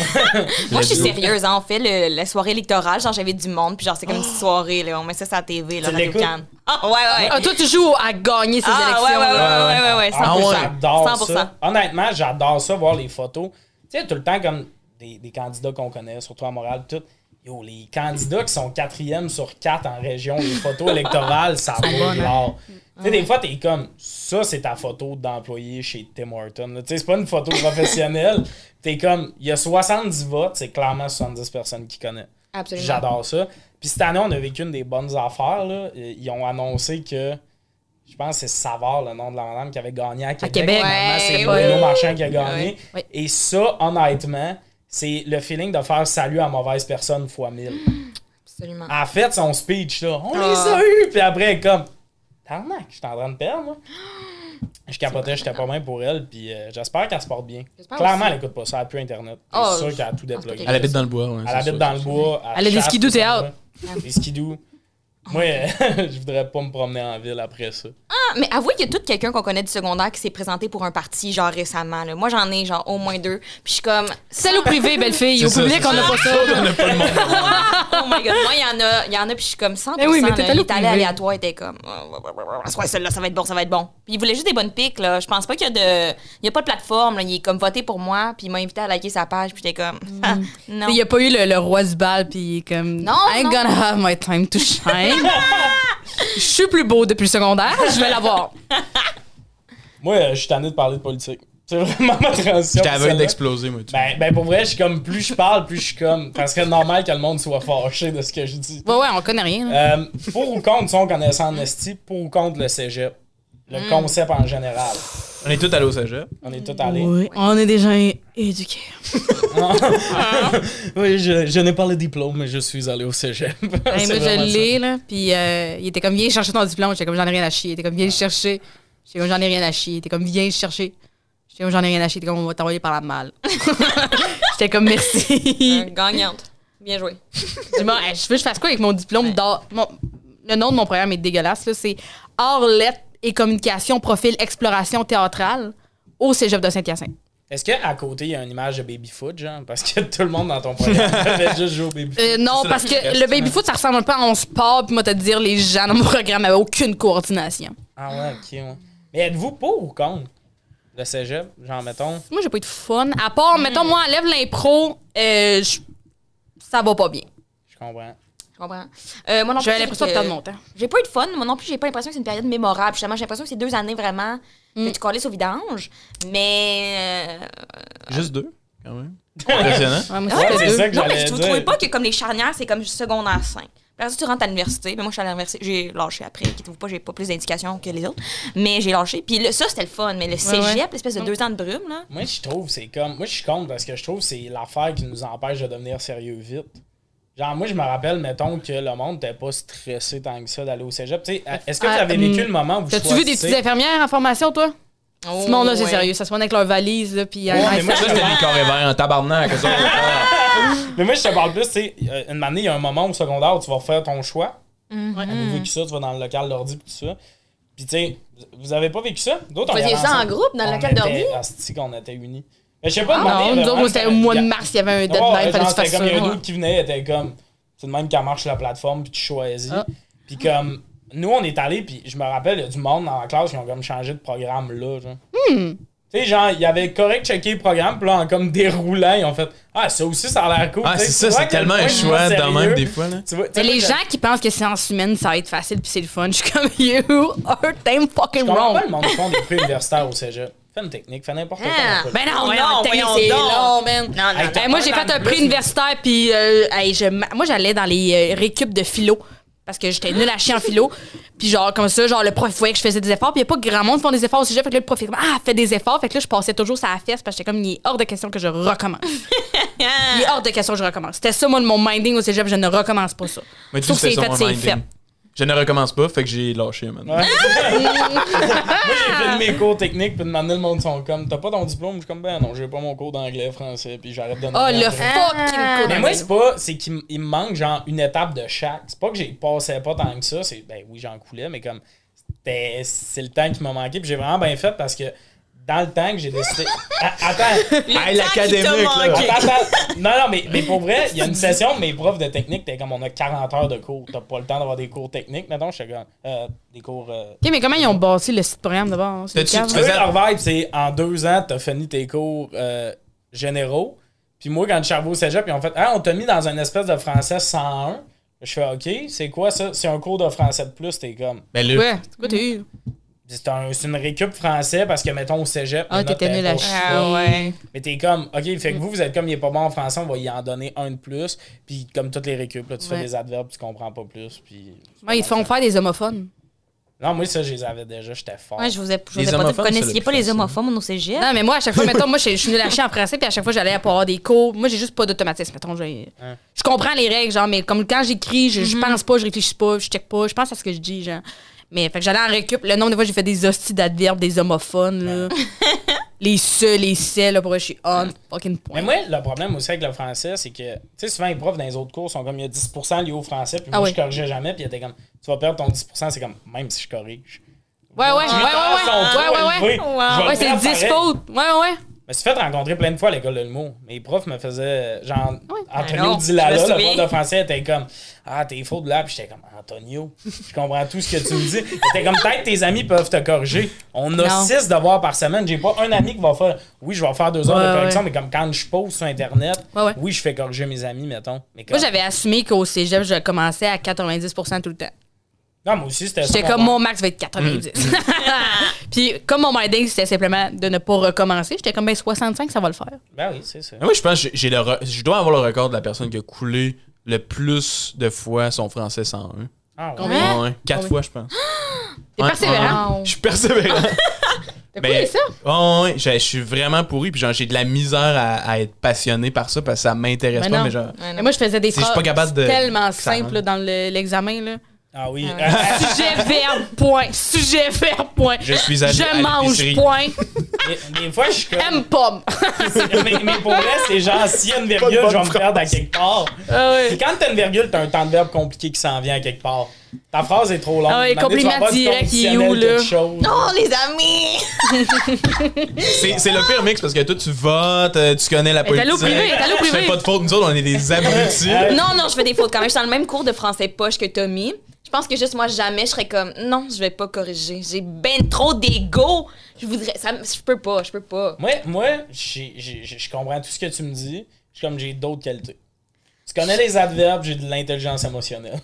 Moi, je suis Let's go. sérieuse, hein. On fait le- la soirée électorale. Genre, j'avais du monde, puis genre, c'est comme une petite soirée, là. On met ça sur la TV, là, Tu Radio l'écoutes? Cannes. Ah, ouais, ouais. Ah, toi, tu joues à gagner ces Ah, ouais, ouais, élections. ouais, ouais, ouais, ouais, Ah, Ah moi, ouais. J'adore 100%. ça. Honnêtement, j'adore ça, voir les photos. Tu sais, tout le temps, comme des, des candidats qu'on connaît, surtout à Montréal, tout. Yo, les candidats qui sont quatrième sur quatre en région, les photos électorales, ça vaut de l'or. Tu sais, des fois, t'es comme, ça, c'est ta photo d'employé chez Tim Horton. là. Tu sais, c'est pas une photo (laughs) professionnelle. T'es comme, il y a 70 votes, c'est clairement 70 personnes qui connaissent. Absolument. J'adore ça. Puis cette année, on a vécu une des bonnes affaires. Là. Ils ont annoncé que, je pense que c'est Savard, le nom de la madame, qui avait gagné à Québec. Québec. Finalement, Ouais, c'est ouais. Bruno Marchand qui a gagné. Ouais. Et ça, honnêtement, c'est le feeling de faire salut à mauvaise personne fois mille. Absolument. En fait, son speech, là, on les Ah. a eu. Puis après, elle est comme, tarnac, je suis en train de perdre, moi. Je capotais, j'étais pas bien pour elle, puis euh, j'espère qu'elle se porte bien. J'espère Clairement, aussi. elle écoute pas ça, elle pue Internet. Oh, c'est sûr qu'elle a tout c'est déplogué. ok. Elle habite dans le bois, ouais. Elle c'est habite ça. dans le bois. Elle a des chasse, skidoo tout ça, théâtre. (laughs) là. Des skidoo. Moi, euh, je voudrais pas me promener en ville après ça. Ah, mais avouez qu'il y a tout quelqu'un qu'on connaît du secondaire qui s'est présenté pour un parti, genre récemment. là. Moi, j'en ai, genre, au moins deux. Puis je suis comme. Celle au privé, belle fille. Au C'est ça, public, c'est on n'a pas ça. On n'a pas le monde. oh my god. Moi, il y en a, il y en a, puis je suis comme 100%. Ben oui, mais là, t'es il allé au est allé privé. aléatoire, il était comme. oh, Ouais, celle-là, ça va être bon, ça va être bon. Puis il voulait juste des bonnes piques, là. Je pense pas qu'il y a de. Il y a pas de plateforme, là. Il est comme voté pour moi, puis il m'a invité à liker sa page, puis j'étais comme. (laughs) Ah, non. Mm. Il n'y a pas eu le, le roi du bal, puis il est comme. Non, I ain't non. gonna have my time to shine. Je suis plus beau depuis le secondaire, je vais l'avoir. Moi, euh, je suis tanné de parler de politique. C'est vraiment ma transition. J'étais aveugle celle-là. d'exploser, moi. tu Ben, ben, pour vrai, je suis comme, plus je parle, plus je suis comme. Ça serait normal que le monde soit fâché de ce que je dis. Ouais, ouais, on connaît rien. là. Euh, pour ou contre son connaissant en esti, pour ou contre le cégep. Le Hmm. concept en général. vois. On est tous allés au cégep. On est tous allés. Oui, on est déjà éduqués. Oui, je, je n'ai pas le diplôme, mais je suis allé au cégep. (laughs) Hey, Ah, C'est moi, vraiment je ça. l'ai, là. Puis euh, il était comme, viens chercher ton diplôme. J'étais comme, j'en ai rien à chier. Il était comme, Ah. viens le chercher. J'étais comme, j'en ai rien à chier. Il était comme, viens le chercher. J'étais comme, j'en ai rien à chier. Il était comme, on va t'envoyer par (laughs) la malle. J'étais comme, merci. Euh, Gagnante. Bien joué. Dis-moi, hey, (laughs) je veux que je fasse quoi avec mon diplôme d'art? mon- le nom de mon programme est dégueulasse, là. C'est Art, Lettres et Communication, Profil, Exploration théâtrale au cégep de Saint-Hyacinthe. Est-ce qu'à côté, il y a une image de baby-foot, genre? Parce que tout le monde dans ton programme avait juste jouer au baby-foot. Euh, non, C'est parce la que reste, le hein. baby-foot, ça ressemble un peu à On se part, puis moi, te dire, les gens dans mon programme n'avaient aucune coordination. Ah ouais, ok, ouais. Mais êtes-vous pour ou contre le cégep? Genre, mettons. Moi, j'ai pas eu de fun. À part, Mm-hmm. mettons, moi, enlève l'impro, euh, je- ça va pas bien. Je comprends. Je comprends. Euh, moi non plus, J'ai l'impression de que- perdre mon temps. J'ai pas eu de fun. Moi non plus, j'ai pas l'impression que c'est une période mémorable. Justement, j'ai l'impression que c'est deux années vraiment. que Tu collais au vidange. Mais. euh, Juste deux, (laughs) quand même. Impressionnant. Ouais, moi, Ah Ouais, c'était c'est deux. ça que Non, j'allais mais tu ne dire. trouvez pas que comme les charnières, c'est comme secondaire 5. Après ça, tu rentres à l'université. Mais moi, je suis allée à l'université. J'ai lâché après. Quittez-vous pas, j'ai pas plus d'indications que les autres. Mais j'ai lâché. Puis le- ça, c'était le fun. Mais le cégep, ouais. l'espèce de deux ans de brume, là. Moi, je trouve, c'est comme. Moi, je suis contre parce que je trouve, c'est l'affaire qui nous empêche de devenir sérieux vite. Genre, moi, je me rappelle, mettons, que le monde n'était pas stressé tant que ça d'aller au cégep. Tu sais, est-ce que vous Ah, avez vécu hum. le moment où vous T'as-tu vu des petites choisissez- infirmières en formation, toi? Oh, Ce monde-là, c'est ouais. sérieux. Ça se prend avec leurs valises, là, puis... euh, ah, Ouais, un- mais moi, Ça, c'était les carrés verts en tabarnak. (laughs) qu'est-ce qu'on peut faire? Mais moi, je te parle plus, tu sais, euh, une année, il y a un moment au secondaire où tu vas faire ton choix. Avez-vous vécu ça? Tu vas dans le local d'ordi pis tout ça. Puis, tu sais, vous avez pas vécu ça? D'autres, on Vous faisiez y allait ça en ensemble. groupe, dans le On local d'ordi? était- Ah, c'est-tu qu'on était unis. Mais je sais pas, euh, une année, non, il y Ah, nous avait autres, vraiment- c'était au mois de mars, il y avait un Ouais, deadline, il fallait Ah, genre, que tu fasses c'était ça. comme il y a un ouais. autre qui venait, était comme, c'est de même qu'elle marche la plateforme, puis tu choisis. Ah. Puis comme, nous, on est allés, puis je me rappelle, il y a du monde dans la classe qui ont comme changé de programme là, genre. Hmm. Tu sais, genre, il y avait correct checké le programme, puis là, en comme déroulant, ils ont fait Ah, ça aussi, ça a l'air cool. Ah, Tu sais, c'est tu ça, vois c'est à quel tellement point un ils sont choix dans sérieux. même des fois. là. Tu vois, tu Mais sais, les je- gens qui pensent que sciences humaines, ça va être facile, puis c'est le fun, je suis comme, (laughs) you are damn fucking Je comprends wrong. pas le monde qui font des prix universitaires au cégep. Fais une technique, fais n'importe Ah, quoi. Ben non, Non, voyons, le voyons technique, c'est donc. long, man. Non, non, Hey, non. t'as Hey, moi, j'ai pas fait un dans- prix universitaire, puis euh, hey, je ma- moi, j'allais dans les euh, récup de philo. Parce que j'étais nulle à chier en philo. Puis genre, comme ça, genre, le prof voyait que je faisais des efforts. Puis il n'y a pas grand monde qui font des efforts au sujet. Fait que là, le prof, il est comme, ah, fais des efforts. Fait que là, je passais toujours sa fesse. Parce que j'étais comme, il est hors de question que je (laughs) recommence. il est hors de question que je recommence. C'était ça, moi, mon minding au cégep. Je ne recommence pas ça. Mais tu Sauf sais, que c'est c'est fait, son c'est fait. minding. Je ne recommence pas, fait que j'ai lâché maintenant. Ouais. Moi, j'ai fait de mes cours techniques, puis de demander le monde sont comme T'as pas ton diplôme Je suis comme Ben non, j'ai pas mon cours d'anglais, français, puis j'arrête de Oh, Ah. demander le après. fucking coup Mais moi, c'est pas. C'est qu'il m- il me manque, genre, une étape de chaque. C'est pas que j'ai passé pas tant que ça. C'est, ben oui, j'en coulais, mais comme. c'était- C'est le temps qui m'a manqué. Puis j'ai vraiment bien fait parce que dans le temps que j'ai (laughs) décidé. Ah, attends! Hey, l'académique, temps qui t'a là. manqué. Attends, attends. Non, non, mais, mais pour vrai, il y a une session, mes profs de technique, t'es comme on a 40 heures de cours. T'as pas le temps d'avoir des cours techniques, maintenant, je suis comme. euh, des cours. euh, OK, mais comment ils ont bâti le site programme d'abord? hein? C'est T'as-tu- le tu Eux, cadre? faisais- leur vibe, c'est en deux ans, t'as fini tes cours euh, généraux. Puis moi, quand je suis arrivé au cégep, ils ont fait Ah, on t'a mis dans une espèce de français 101. Je fais OK, c'est quoi ça C'est un cours de français de plus. T'es comme Ben là, hein? Ouais, c'est quoi t'as eu? C'est un- c'est une récup français parce que, mettons, au cégep. Ah, mes notes t'étais étaient nul à pas- chier. Ah ouais. Mais t'es comme OK, fait que vous, vous êtes comme il est pas bon en français, on va y en donner un de plus. Puis comme toutes les récup, là, tu Ouais. fais des adverbes, tu comprends pas plus. Puis. Ouais, ils te font faire des homophones. Non, moi, ça, je les avais déjà, j'étais fort. Ouais, je vous ai, je vous Les ai pas dit, vous homophobes, c'est le connaissiez plus pas les facile. homophobes au cégep. Non, mais moi, à chaque fois, mettons, moi, je je suis venue lâcher en français, puis à chaque fois, j'allais pour avoir des cours. Moi, j'ai juste pas d'automatisme, mettons. j'ai- Hein. Je comprends les règles, genre, mais comme quand j'écris, je, je pense pas, je réfléchis pas, je check pas, je pense à ce que je dis, genre. Mais fait que j'allais en récup. Le nombre de fois, j'ai fait des hosties d'adverbes, des homophones, là. (laughs) les se, les c'est, là, pour eux, je suis on fucking point. Mais moi, le problème aussi avec le français, c'est que, tu sais, souvent les profs dans les autres cours sont comme il y a 10% liés au français, puis Ah moi oui. je corrigeais jamais, puis il était comme tu vas perdre ton 10%, c'est comme même si je corrige. Ouais, ouais, ouais, ouais, Huit heures, son doigt ouais. Ouais, ouais, levé. ouais. Wow. Je vais Ouais, le c'est faire 10 pareil. fautes. Ouais, ouais. Je me suis fait rencontrer plein de fois à l'école de l'humour. Mes profs me faisaient, euh, genre, Oui. Ben Antonio non, Dilala, je me le souviens. prof de français, était comme, ah, t'es faux de là. Puis j'étais comme, Antonio, je comprends tout ce que tu me dis. T'es comme, peut-être tes amis peuvent te corriger. On a Non. six devoirs par semaine. J'ai pas un ami qui va faire, oui, je vais faire deux heures Ouais, de correction, ouais. mais comme quand je pose sur Internet, Ouais, ouais. oui, je fais corriger mes amis, mettons. Mais comme, Moi, j'avais assumé qu'au cégep, je commençais à 90 tout le temps. non, moi aussi, c'était J'étais ça, comme, mon- mon max va être 90. (laughs) Puis, comme mon minding, c'était simplement de ne pas recommencer, j'étais comme, ben 65, ça va le faire. Ben oui, c'est ça. Hein? Mais Moi, je pense que j'ai- j'ai le re- je dois avoir le record de la personne qui a coulé le plus de fois son français 101. Ah, ouais. Combien? Hein? Ouais, ouais. Quatre Combien? fois, je pense. (gasps) T'es Ouais, persévérant. Ah, ouais. Je suis persévérant. T'as Ben, coulé ça? ouais, ouais, je je suis vraiment pourri, puis genre, j'ai de la misère à, à être passionné par ça parce que ça m'intéresse Mais pas, non. mais genre. Ouais, non. Mais moi, je faisais des Si je suis phrases pas capable de- tellement ça rentre. simples là, dans le- l'examen. là. Ah oui. Sujet, verbe, point. Sujet, verbe, point. Je suis allé à Je mange, l'épicerie. point. (laughs) des, des fois, je suis comme. Aime pomme. mais, mais pour vrai, c'est genre, s'il y a une virgule, Pas de je vais bonne me perdre à quelque part. Ah ouais. Puis quand t'as une virgule, t'as un temps de verbe compliqué qui s'en vient à quelque part. Ta phrase est trop longue. Ah ouais, Maintenant, tu vas compliment avoir du direct, il est conditionnel, où, là? quelque chose. Oh, les amis! C'est c'est le pire mix parce que toi, tu votes, euh, tu connais la Elle est allée politique. au privé, elle est allée au Tu fais privé. pas de faute, nous autres, on est des abrutis. Ouais. Non, non, je fais des fautes quand même. Je suis dans le même cours de français poche que Tommy. Je pense que juste moi, jamais, je serais comme, non, je vais pas corriger. J'ai ben trop d'ego. Je voudrais, ça, me- je peux pas, je peux pas. Moi, moi j'ai- j'ai- j'ai- je comprends tout ce que tu me dis. Je suis comme, j'ai d'autres qualités. Tu connais les adverbes, j'ai de l'intelligence émotionnelle.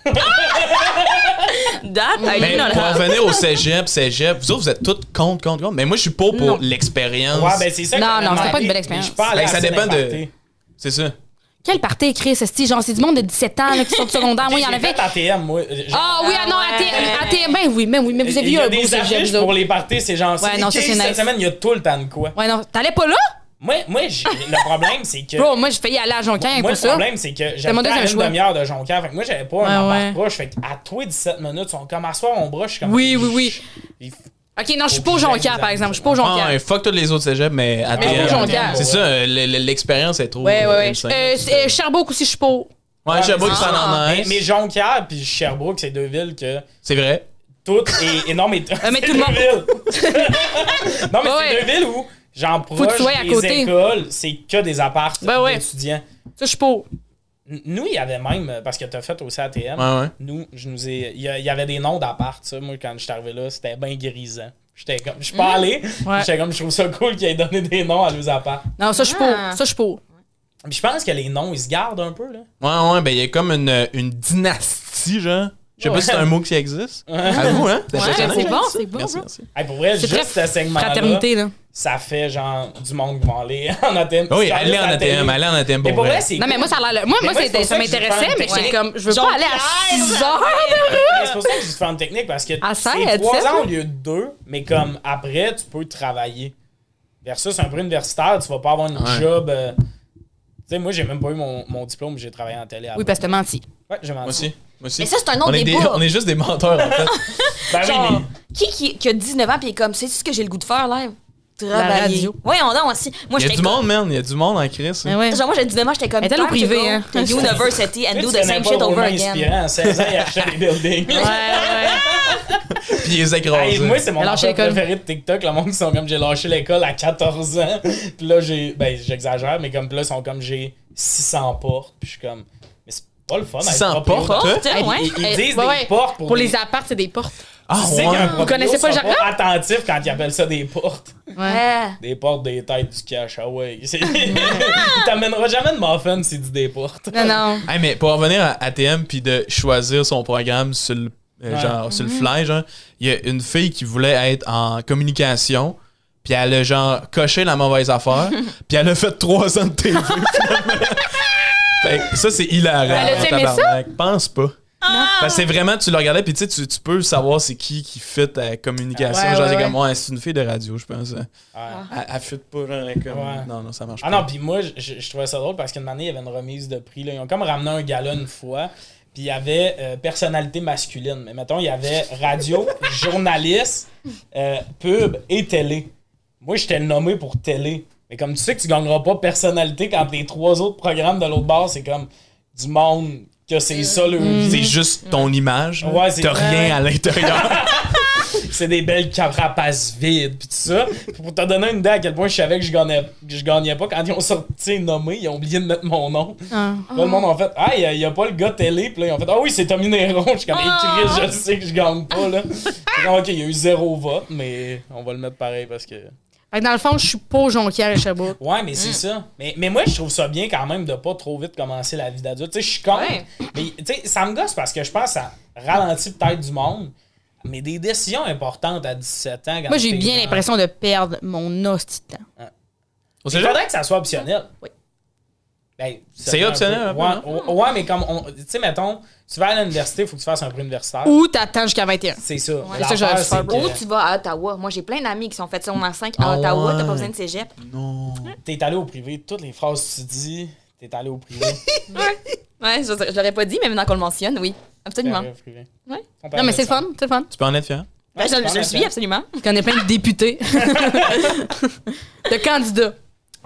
That, I Mais do not pour have. revenir au cégep, cégep, vous autres, vous êtes toutes contre, contre, contre. Mais moi, je suis pas Non. pour l'expérience. (laughs) ouais, ben c'est ça que Non, t'avais non, c'était demandé, pas une belle mais expérience. je suis pas allé Ben, ça assez dépend de- d'impacter. C'est ça. Quel parti écrit ce style? Genre, c'est du monde de 17 ans là, qui sont de secondaire. Ah, Moi, il y en J'ai avait. fait ATM, moi. J'ai- Ah oui, ah non, Ah ouais. ATM, ATM, ben oui, ben oui, mais vous avez il y eu a un beau des sujet, affiches vous pour autres. les parties, c'est genre, Ouais, c'est non, ça, c'est 15 cette nice. semaine, il y a tout le temps de quoi. Ouais, non, t'allais pas là? Moi, moi j'ai- le problème, c'est que. (laughs) Bro, moi, je failli aller à Jonquière Moi, pour le ça. problème, c'est que j'avais Demandez un pas une choix. demi-heure de Jonquière. Fait que moi, j'avais pas un Ouais, ouais. embarque proche. Fait qu'à toi, 17 minutes, on comme à soir, on broche. je suis comme. Oui, oui, oui. Il- Ok, non, je suis pas au Jonquière, par exemple. Je suis pas au Ah, ouais, Jonquière. fuck tous les autres cégeps, mais Mais c'est ATM. Jonquière. C'est ça, euh, le- le- l'expérience est trop. Ouais, ouais, euh, ouais. insane. Euh, c'est- euh, Sherbrooke aussi, je suis pas au. Ouais, je sais pas que ça en Ah, Mais, est. mais Jonquière puis Sherbrooke, c'est deux villes que C'est vrai. tout est énorme. Mais, mais (laughs) c'est tout le monde- deux villes. (laughs) non, mais Ouais. c'est deux villes où, genre, proche sois à des côté. écoles, c'est que des appartes Ben ouais. d'étudiants. Ça, je suis pas au. N- Nous, il y avait même, euh, parce que t'as fait aussi ATM, Ouais, ouais. nous, je nous ai. Il y, a- il y avait des noms d'appart, ça. Moi, quand je suis arrivé là, c'était bien grisant. J'étais comme. Je suis pas allé. Mmh. Ouais. J'étais comme, je trouve ça cool qu'ils aient donné des noms à leurs apparts. Non, ça, je suis pas Ah. au. Ça, je suis pas au. Puis je pense que les noms, ils se gardent un peu, là. Ouais, ouais, ben il y a comme une, une dynastie, genre. Je sais pas Ouais. si c'est un mot qui existe. À vous, hein? Ouais, impressionnant, c'est bon, j'aime ça. c'est bon, Merci, hein. merci. Hey, pour vrai, C'est juste très ce segment-là, Fraternité, là. ça fait genre du monde qui va aller (laughs) en ATM. Oui, Ils sont allez en juste à la télé. ATM, allez en ATM Mais pour pour vrai, vrai. c'est. Non, mais moi, ça a l'air. Moi, Mais moi, moi, c'est c'était- pour ça ça que je m'intéressait, suis mais j'étais fan. comme, je veux pas Jean-Pierre, aller à 6 heures. Mais C'est pour ça que je suis en technique parce que À 16, c'est 3 17, ans au lieu de 2, mais comme après, tu peux travailler. Versus un peu universitaire, tu vas pas avoir une Ouais. job. euh, Tu sais, moi, j'ai même pas eu mon, mon diplôme, j'ai travaillé en télé. Oui, parce que t'as menti. Ouais, j'ai menti. Moi aussi. Moi aussi. Mais ça, c'est un on autre est, des- débat. on est juste des menteurs, (laughs) en fait. Ben oui, Genre, mais- qui, qui, qui a 19 ans puis est comme, c'est ce que j'ai le goût de faire, là? Travailler. radio. Voyons donc, aussi. Moi, Il y a j'étais du comme- monde, man. Il y a du monde en hein. crise. Mais ouais. Genre, moi, j'ai 19 ans, j'étais comme, Elle est allée au time privé, to go hein. to university and Tu do sais, the tu connais same pas shit over Romain again. Inspirant, à 16 ans, il achetait des buildings. Ouais, ouais. Puis ils Hey, écrasent. moi, c'est mon Alors, affaire chez l'école. préféré de TikTok. Le monde, ils sont comme j'ai lâché l'école à 14 ans. Puis là, j'ai. Ben, j'exagère, mais comme puis là, ils sont comme j'ai 600 portes. Puis je suis comme. Mais c'est pas le fun. d'être 600 proprio. portes? Porte, Hey, ouais. Ils, ils Eh, disent ouais, des ouais. portes pour, Pour des- les apparts, c'est des portes. Ah, Tu sais qu'un proprio connaissez pas sont Jacques Lang? attentif quand ils appellent ça des portes. Ouais. Ouais. Des portes, des têtes, du cash. Ah ouais. (laughs) C'est- Il t'amènera jamais de muffin s'il dit des portes. Non, non. Hey, mais pour revenir à ATM puis de choisir son programme sur le, euh, Ouais. genre, sur le Mhm. fly, genre, il y a une fille qui voulait être en communication, puis elle a genre coché la (laughs) mauvaise affaire, puis elle a fait trois ans de TV. finalement. Fait que ça, c'est hilarant. Elle a-tu aimé ça? Ah! tabarnak. Pense pas. Parce que c'est vraiment, tu le regardais, puis tu sais, tu tu peux savoir c'est qui qui fit à communication. Ouais, genre, ouais, c'est ouais. comme, ouais, c'est une fille de radio, je pense. hein. Ouais. Elle, elle fit pas, genre, comme. Ouais. Non, non, ça marche Ah pas. non, puis moi, je- je, je trouvais ça drôle parce qu'une année, il y avait une remise de prix. Là. Ils ont comme ramené un gala une fois. Puis il y avait euh, personnalité masculine. Mais mettons, il y avait radio, journaliste, euh, pub et télé. Moi, j'étais nommé pour télé. Mais comme tu sais que tu gagneras pas personnalité quand les trois autres programmes de l'autre bord, c'est comme du monde que c'est ça le Mm. C'est juste ton image. Mhm. Ouais, c'est- T'as rien à l'intérieur. c'est des belles carapaces vides, puis tout ça. Puis pour te donner une idée à quel point je savais que je gagnais, que je gagnais pas, quand ils ont sorti nommé, ils ont oublié de mettre mon nom. Ah. Là, le monde en fait, ah, il y a- il y a, pas le gars télé, puis là, ils ont fait, ah oui, c'est Tommy Néron. Je suis comme, hey, Chris, Ah. je sais que je gagne pas, là. Non, ok, il y a eu zéro vote, mais on va le mettre pareil parce que. Fait que dans le fond, je suis pas au Jonquière et Sherbrooke. Ouais, mais c'est ça. Mais, mais moi, je trouve ça bien quand même de pas trop vite commencer la vie d'adulte. Tu sais, je suis contre. Ouais. Mais tu sais, ça me gosse parce que je pense que ça ralentit peut-être du monde. Mais des décisions importantes à 17 ans. quand Moi, j'ai t'es bien dans- l'impression de perdre mon hostie de temps. Au Il cégep? faudrait que ça soit optionnel. Oui. Ben, C'est optionnel, un peu. un peu, Ouais, ouais, ouais, mais comme. on- Tu sais, mettons, tu vas à l'université, il faut que tu fasses un prix universitaire. Ou t'attends jusqu'à 21. C'est ça. C'est ça que j'aurais dû faire, L'affaire, Ou c'est que tu vas à Ottawa. Moi, j'ai plein d'amis qui sont faits secondaire 5 Ah à Ottawa. T'as ouais. pas besoin de cégep. Non. T'es allé au privé, toutes les phrases que tu dis, t'es allé au (laughs) privé. Ouais. Ouais, je, je l'aurais pas dit, mais maintenant qu'on le mentionne, oui. t'es Absolument. allé au privé. Ouais. On parle Non, mais de c'est le ça. fun, c'est le fun. Tu peux en être fier? Ben, je, je le suis, absolument. Je connais plein de députés. (laughs) de candidats.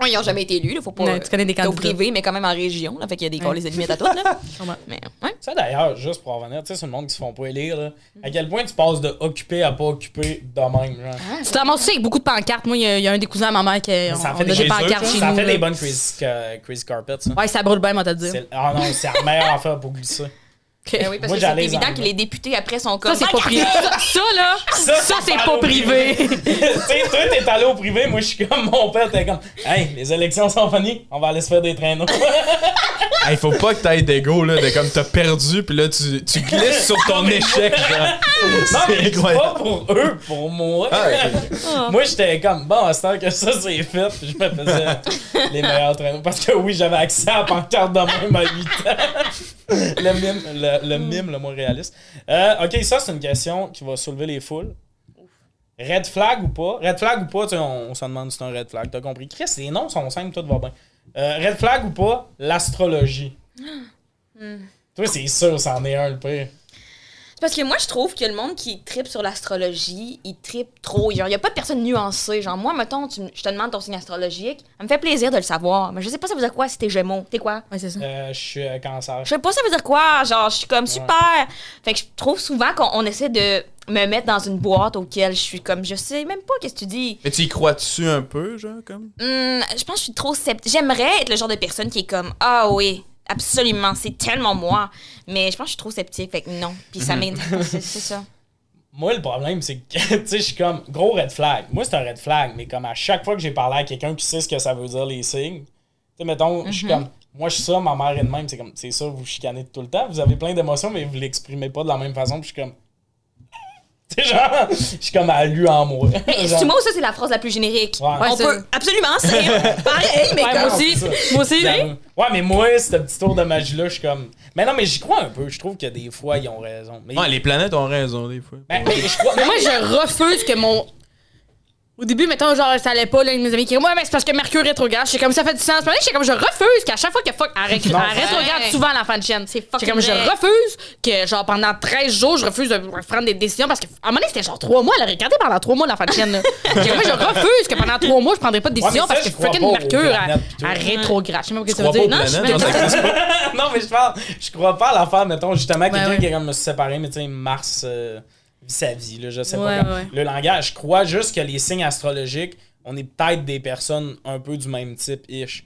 Ouais, Ils n'ont jamais été élus. Là, faut pas, Ouais, tu connais des t'es au candidats. privé, mais quand même en région. Là, fait qu'il y a des corps, les limites à tout. (laughs) Là. Ouais. mais, ouais. Ça d'ailleurs, juste pour revenir, tu sais, c'est le monde qui se font pas élire, là. Mm-hmm. À quel point tu passes de occupé à pas occupé de même, genre. Tu t'en aussi avec beaucoup de pancartes. Moi, il y, a- il y a un des cousins à ma mère qui on, ça on fait a des, des pancartes Ah, chez ça nous. fait là. des bonnes crazy, ca- crazy carpets, ça. Ouais, ça brûle bien, moi, t'as dit. C'est- Ah non, c'est la meilleure affaire pour glisser. Ben oui, parce Moi, que c'est j'allais évident en- que les députés après sont comme. Ah, Ça, c'est pas privé. Ça, ça, là, ça, c'est parle pas au privé. (laughs) tu sais, toi, t'es allé au privé, moi, je suis comme mon père, t'es comme, hey, les élections sont finies, on va aller se faire des traîneaux. Il faut pas que t'aies d'ego, là, de comme t'as perdu, puis là, tu, tu glisses sur ton échec, genre. non, mais C'est je dis pas pour eux, pour moi. Ah, ok. Moi, j'étais comme, bon, à ce temps que ça, c'est fait, je me faisais les meilleurs traîneaux. Parce que oui, j'avais accès à la pancarte de même à 8 ans. (laughs) Le mime, le, le mime, le moins réaliste. Euh, ok, ça, c'est une question qui va soulever les foules. Red flag ou pas? Red flag ou pas, tu sais, on, on se demande si c'est un red flag. T'as compris? Chris, les noms sont simples, tout va bien. Euh, red flag ou pas? L'astrologie. Toi, c'est sûr, c'en est un, le pire. C'est Parce que moi, je trouve que le monde qui tripe sur l'astrologie, il tripe trop. Genre, il n'y a pas de personne nuancée. Genre, moi, mettons, tu m- je te demande ton signe astrologique, ça me fait plaisir de le savoir. Mais je sais pas, ça veut dire quoi si t'es gémeaux. T'es quoi? Ouais, c'est ça. Euh, je suis euh, cancer. Je sais pas, ça veut dire quoi? Genre, je suis comme super. Fait que je trouve souvent qu'on on essaie de me mettre dans une boîte auquel je suis comme, je sais même pas qu'est-ce que tu dis. Mais tu y crois dessus un peu, genre, comme? Hum, je pense que je suis trop sceptique. J'aimerais être le genre de personne qui est comme Ah oui, absolument, c'est tellement moi. Mais je pense que je suis trop sceptique, fait que non. Puis ça Mhm. m'intéresse, c'est c'est ça. Moi, le problème, c'est que, (laughs) tu sais, je suis comme, gros red flag. Moi, c'est un red flag, mais comme à chaque fois que j'ai parlé à quelqu'un qui sait ce que ça veut dire les signes, tu sais, mettons, je suis Mhm. comme, moi, je suis ça, ma mère est de même, c'est comme, c'est ça, vous chicanez tout le temps, vous avez plein d'émotions, mais vous l'exprimez pas de la même façon, puis je suis comme, (laughs) tu sais, genre, je suis comme à lui en moi. (laughs) (laughs) Mais Genre, tu moi, ça, c'est la phrase la plus générique. Ouais. Ouais, On c'est- peut absolument, (laughs) c'est pareil, mais Ouais, comme. moi aussi. c'est ça. Moi aussi, hein? J'avoue. Ouais, mais moi, ce petit tour de magie-là, je suis comme, mais non, mais j'y crois un peu, je trouve que des fois, ils ont raison. Mais, Ouais, les planètes ont raison, des fois. Ben, mais je crois, Mais moi, je refuse que mon. Au début, mettons, genre, ça allait pas, là, une de mes amis qui dit Ouais, mais c'est parce que Mercure rétrograde. J'étais comme ça fait du sens. Mais là, j'étais comme je refuse qu'à chaque fois que fuck, elle, ré- Non. elle rétrograde Ouais. souvent l'enfant de chaîne. C'est J'étais fucking comme je vrai. refuse que, genre, pendant 13 jours, je refuse de prendre des décisions parce qu'à un moment donné, c'était genre 3 mois. Elle a regardé pendant 3 mois l'enfant de chaîne, là. J'étais comme, moi, je refuse que pendant 3 mois, je prendrai pas de décision Ouais, mais ça, parce que je crois fucking pas aux Mercure, elle, planètes pis tout. elle rétrograde. Je sais même pas ce que ça crois veut dire. pas aux Non, je planètes, suis genre, ça existe (laughs) non, mais je parle, je crois pas à l'affaire, mettons, justement, quelqu'un ouais. qui est comme, me suis séparé, mais tu sais, Mars euh, vit sa vie, là, je sais Ouais, pas. quand- ouais. Le langage, je crois juste que les signes astrologiques, on est peut-être des personnes un peu du même type, ish.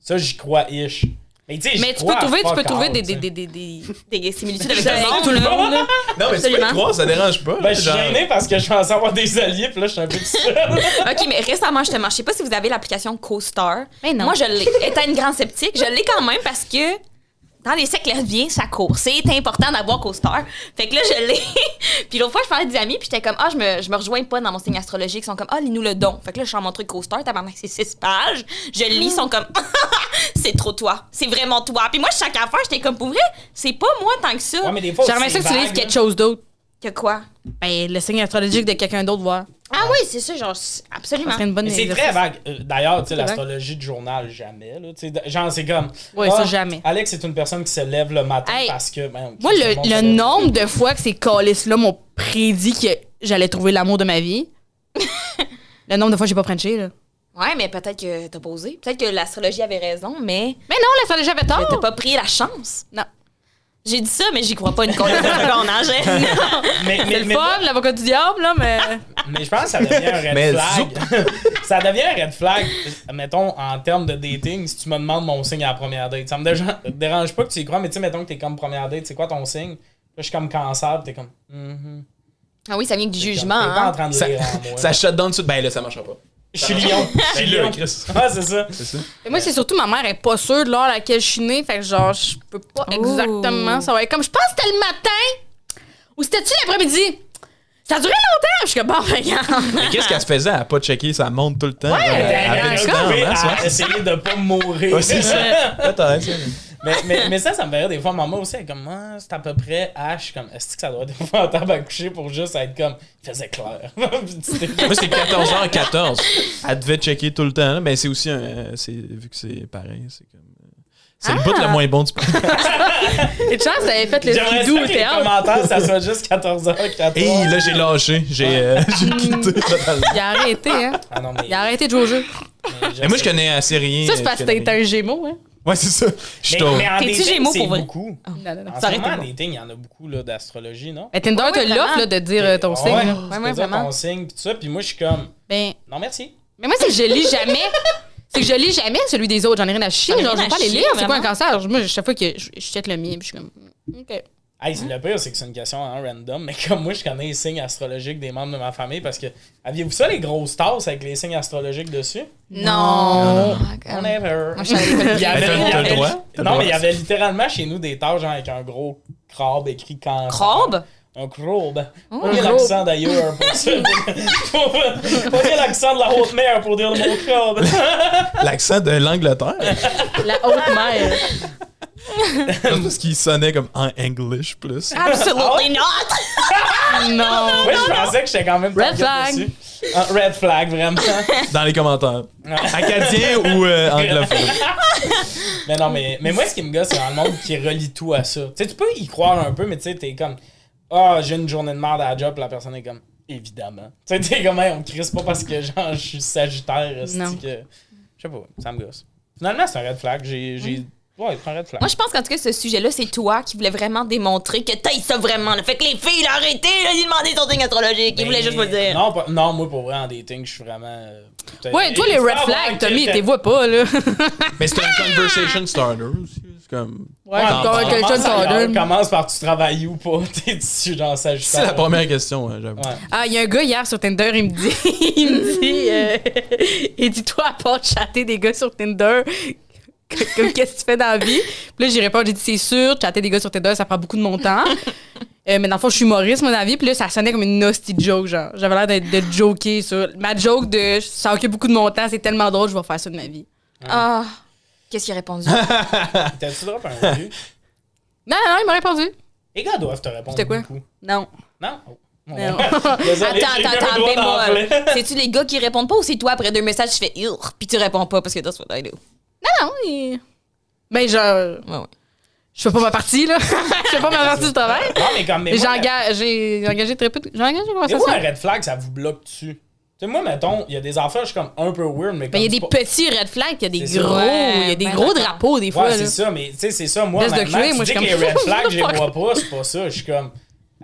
Ça, j'y crois, ish. Mais, tu sais, j'y Mais tu peux crois trouver, tu peux fuck trouver all, des. tu sais. des, des, des, des... Des similitudes avec J'avais le tout monde, le là. monde, là. Non, mais tu peux y Absolument. croire, ça dérange pas. Ben, je suis genre. gêné parce que je pense avoir des alliés, puis là, je suis un peu tout (laughs) seul. (laughs) OK, mais récemment, justement, je sais pas si vous avez l'application CoStar. Mais non. Moi, je l'ai. Étant une grande sceptique, je l'ai quand même parce que dans les siècles à venir, ça court. C'est important d'avoir CoStar. Fait que là, je l'ai. (laughs) puis l'autre fois, je parlais à des amis, puis j'étais comme, ah, je me, je me rejoins pas dans mon signe astrologique. Ils sont comme, ah, lis-nous le don. Fait que là, je sors mon truc CoStar, tabarnak, c'est six pages. Je le lis, ils sont comme, (laughs) c'est trop toi. C'est vraiment toi. Puis moi, chaque affaire, j'étais comme, pour vrai, c'est pas moi tant que ça. Ouais, mais des fois, J'aimerais ça c'est que tu lises vague, quelque là. chose d'autre. Que quoi? Ben, le signe astrologique de quelqu'un d'autre, voir. Ah oui, c'est ça, genre, c'est- absolument. Ça serait une bonne Mais c'est exercice. très vague. Euh, D'ailleurs, tu sais, C'est vrai. l'astrologie de journal, jamais. Là, Tu sais, genre, c'est comme. Ah, Ouais, ça, jamais. Alex est une personne qui se lève le matin Hey, parce que. ben, Moi, tout le, monde le se lève. nombre de fois que ces calices-là m'ont prédit que j'allais trouver l'amour de ma vie, (laughs) le nombre de fois que j'ai pas Frenché, là. Ouais, mais peut-être que t'as posé. Peut-être que l'astrologie avait raison, mais Oh! Mais non, l'astrologie avait t'as tort. pas pris la chance. Non. J'ai dit ça, mais j'y crois pas une (laughs) seconde. seconde, hein, j'ai- Mais, mais, C'est le mais- fun, l'avocat du diable, là, mais. mais je pense que ça devient un red Mais flag. (laughs) ça devient un red flag. Mettons, en termes de dating, si tu me demandes mon signe à la première date, ça me déja- dérange pas que tu y crois, mais tu sais, mettons que t'es comme première date, c'est quoi ton signe? Là, je suis comme cancer, pis t'es comme. Mhm. Ah oui, ça vient du jugement. T'es pas en Hein. train de Ça, lire en moi. ça shut down tout de suite. Ben là, ça marchera pas. Je suis lion. Je suis Ben là, lion. Chris. Euh, Ah, c'est ça. (laughs) C'est ça. Mais moi, c'est surtout ma mère est pas sûre de l'heure à laquelle je suis née. Fait que genre, je peux pas exactement savoir. Comme je pense que c'était le matin ou c'était-tu l'après-midi? Ça a duré longtemps! Je suis comme, bon, ben, regarde. (laughs) Mais qu'est-ce qu'elle se faisait à pas checker ça monte tout le temps? genre, Elle elle avait est du temps, occupée hein, souvent. à essayer de pas mourir. Ouais, c'est ça. Peut-être, ça. (laughs) mais, mais, mais ça, ça me verrait des fois. Maman aussi, elle est comme, Ah, c'est à peu près H. Comme, est-ce que ça doit être épouvantable à coucher pour juste être comme, il faisait clair. (laughs) Puis tu t'es- Moi, c'est 14h14. Elle devait checker tout le temps. là, Mais c'est aussi un. euh, c'est- vu que c'est pareil, c'est comme. euh, C'est le bout Ah! le moins bon du podcast. Et de chance, elle avait fait le J'aimerais skidou ça au que les théâtre. commentaires, ça soit juste 14h14. Et là, j'ai lâché. J'ai euh, (laughs) j'ai Hmm. quitté totalement. Il a arrêté, hein. Ah non, mais, Il a arrêté de jouer au jeu. mais Mais moi, je connais assez rien. Ça, c'est parce je que connais t'es un gémeau, hein. Ouais, c'est ça. Je suis Mais, tôt. mais en T'es-tu dating, Gémeaux c'est pour vrai? beaucoup. Non, non, non. En Ça ce aurait été moment, en bon. dating, il y en a beaucoup là, d'astrologie, non? Mais Tinder Ouais, te ouais, l'offre, vraiment. là, de dire euh, ton Ah signe, ouais, là. tu Ouais, peux ouais, dire vraiment. ton signe, pis tout ça. Puis moi, je suis comme, Ben, non, merci. Mais moi, c'est que je lis jamais. C'est que je lis jamais celui des autres. J'en ai rien à chier. J'en ai Genre, je rien veux à pas les chier, lire. C'est quoi un vraiment. cancer? Moi, je- chaque fois que je, je check le mien, puis je suis comme. OK. Hey, c'est le pire, c'est que c'est une question en random, mais comme moi, je connais les signes astrologiques des membres de ma famille parce que. Aviez-vous ça, les grosses tasses avec les signes astrologiques dessus? Oh Non. On ever. je savais pas. Il y avait- Mais t'as- il y t'as le avait- droit, t'as le Non, mais il y droit. avait littéralement chez nous des tasses, genre avec un gros crabe écrit cancer. Crabe? Un crabe. Oh, pas un bien crabe. l'accent d'ailleurs pour ça. (laughs) Pas- pas bien l'accent de la haute mer pour dire le mot crabe. L'accent de l'Angleterre. La haute mère. Comme ce qui sonnait comme en English plus. Absolutely not! Non. Moi, je pensais que j'étais quand même Red target flag. dessus. Ah, red flag, vraiment. Dans les commentaires. Ouais. Acadien ou euh, anglophone. (laughs) Mais non, mais, mais moi, ce qui me gosse, c'est dans le monde qui relie tout à ça. Tu sais, tu peux y croire un peu, mais tu sais, t'es comme, ah, j'ai une journée de merde à la job, puis la personne est comme, évidemment. Tu sais, t'es comme, Hey, on me crisse pas parce que, genre, je suis sagittaire, Non. c'est que. Je sais pas, ça me gosse. Finalement, c'est un red flag. J'ai. j'ai- Mm. Ouais, c'est un red flag. Moi, je pense qu'en tout cas, ce sujet-là, c'est toi qui voulais vraiment démontrer que t'as ça vraiment. là. Fait que les filles, là, arrêtez là, de lui demander son signe astrologique. Ils voulaient juste vous le Ben, dire. Non, pas- non, moi, pour vrai, en dating, je suis vraiment. euh, peut-être- Ouais, toi, les Tu peux red avoir flags, Tommy, quelqu'un- t'es vois pas, là. Mais c'est Ah! un conversation starter aussi. C'est comme. Ouais, Ouais, t'en encore parles. quelqu'un de commence ailleurs, cordon. Commence par (laughs) tu travailles ou pas. T'es dessus, genre, sagittaire. C'est la première question, hein, j'avoue. Ouais. Ah, il y a un gars hier sur Tinder, il me dit. (laughs) il me dit. euh, il dit, toi, à part chatter des gars sur Tinder. que- Comme qu'est-ce que tu fais dans la vie? Puis là, j'ai répondu, j'ai dit, c'est sûr, chatter des gars sur Tinder, ça prend beaucoup de mon temps. Euh, mais dans le fond, je suis humoriste, mon avis. Puis là, ça sonnait comme une hostie joke, genre. J'avais l'air d'être- de, joker sur. Ma joke de ça occupe beaucoup de mon temps, c'est tellement drôle, je vais faire ça de ma vie. Ah. Qu'est-ce qu'il a répondu? T'as-tu drop un review? Non, non, il m'a répondu. Les gars doivent te répondre. C'était quoi? beaucoup. Non. Non? Oh. Mon Non. Dieu. (laughs) Désolé, Attends, j'ai eu attends, un attends, doigt dans la bémol. (laughs) plaie. C'est-tu les gars qui répondent pas ou c'est toi après deux messages, tu fais urgh, puis tu réponds pas parce que that's what I do? Non, non, il. Ben, genre. Ouais, ouais. Je fais pas ma partie, là. (laughs) je fais (laughs) pas ma partie du travail. Non, mais comme. Mais Mais j'ai moi, enga- j'ai engagé très peu de... J'ai engagé une mais moi, un conversation. red flag, ça vous bloque dessus. Tu sais, moi, mettons, il y a des affaires, je suis comme un peu weird, mais comme. Ben, il y c'est a des pas- petits red flags, il y a des C'est ça. gros, il y a Ouais, des ben gros d'accord. drapeaux des fois. Ouais, c'est là. ça, mais tu sais, c'est ça, moi, Laisse de maintenant, culer, tu moi, dis je que suis les comme- (laughs) red flags, je les vois pas, c'est pas ça. Je suis comme.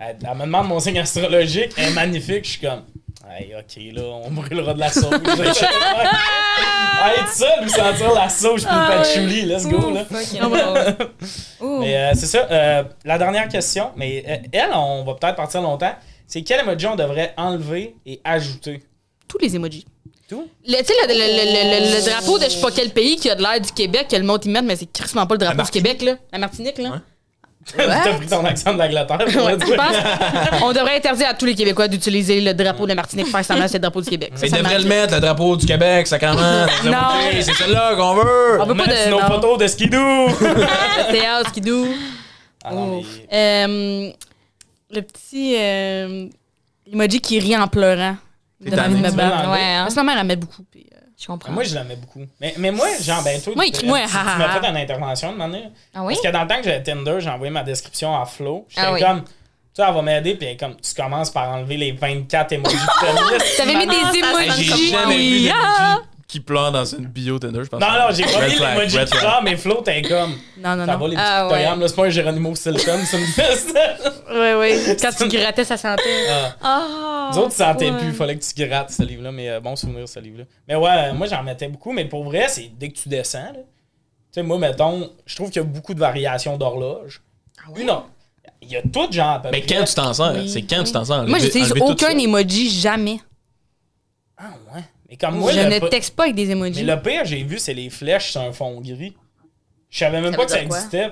Elle, elle me demande mon signe astrologique, elle est magnifique, je suis comme. Hey, ok, là, (laughs) on brûlera de la sauce. (laughs) Hey, tout ça, lui sentir la sauce puis Ah le patchouli, let's go, là. Mais euh, c'est ça. euh, la dernière question, mais euh, elle, on va peut-être partir longtemps. C'est quel emoji on devrait enlever et ajouter? Tous les emojis. Tout? (laughs) Le- Tu sais, le, le- le- le- le- le drapeau de je sais pas quel pays qui a de l'air du Québec, que le monde y met, mais c'est crissement pas le drapeau du Québec, là. La Martinique, là. Hein? T'as pris ton accent de l'Angleterre. pour (laughs) Ouais, le tu dire. penses? On devrait interdire à tous les Québécois d'utiliser le drapeau de la Martinique, faire semblant que c'est le drapeau du Québec. Ça, Ils ça devraient marche. le mettre, le drapeau du Québec, sacrément. Ils Non. ont dit, C'est celle-là qu'on veut. On veut pas Matt, de. nos Non, photos de skidoo! (laughs) le théâtre, qui doux. ah, non, mais- Euh, le petit euh, emoji qui rit en pleurant. C'est Donne envie de tannant. me battre. Ah, Ouais, hein. Parce que ma mère, elle met beaucoup. puis, euh, Je comprends. Moi, je l'aimais beaucoup. Mais, mais moi, genre, ben, toi, Moi, tu- écris-moi, tu- tu ha, ha, m'as ha. fait une intervention de manière. Ah oui? Parce que dans le temps que j'avais Tinder, j'ai envoyé ma description à Flo. J'étais Ah oui. comme, tu sais, elle va m'aider, puis elle est comme, tu commences par enlever les 24 émojis de (laughs) T'avais mis Ah, Maman, des ça sonne Hey, emojis. J'ai jamais vu Ah! d'emoji qui pleure dans une bio Tinder, je pense. Non, non, j'ai pas Red mis flag, l'emoji red de flag. fleur, mais Flo, t'es comme. Non, non, Ça non. va, les petits Ah, ouais. pictogrammes, là, c'est pas un Geronimo Stilton, c'est une piste. Oui, (laughs) oui. Quand tu grattais, ça sentait. Ah! Les autres, tu sentais ouais. plus, fallait que tu grattes ce livre-là, mais euh, bon souvenir ce livre-là. Mais ouais, euh, moi j'en mettais beaucoup, mais pour vrai, c'est dès que tu descends, là. tu sais, moi, mettons, je trouve qu'il y a beaucoup de variations d'horloges. Une or- Il y a tout genre à peu Mais près. quand tu t'en sers, Oui. c'est quand tu t'en sers. Moi, Enlever- j'utilise enlever tout aucun ça. emoji, jamais. Ah ouais. Mais comme moi, je le ne pa- texte pas avec des mais emojis. le pire, j'ai vu, c'est les flèches sur un fond gris. Je savais même Ça pas veut que ça dire quoi? existait.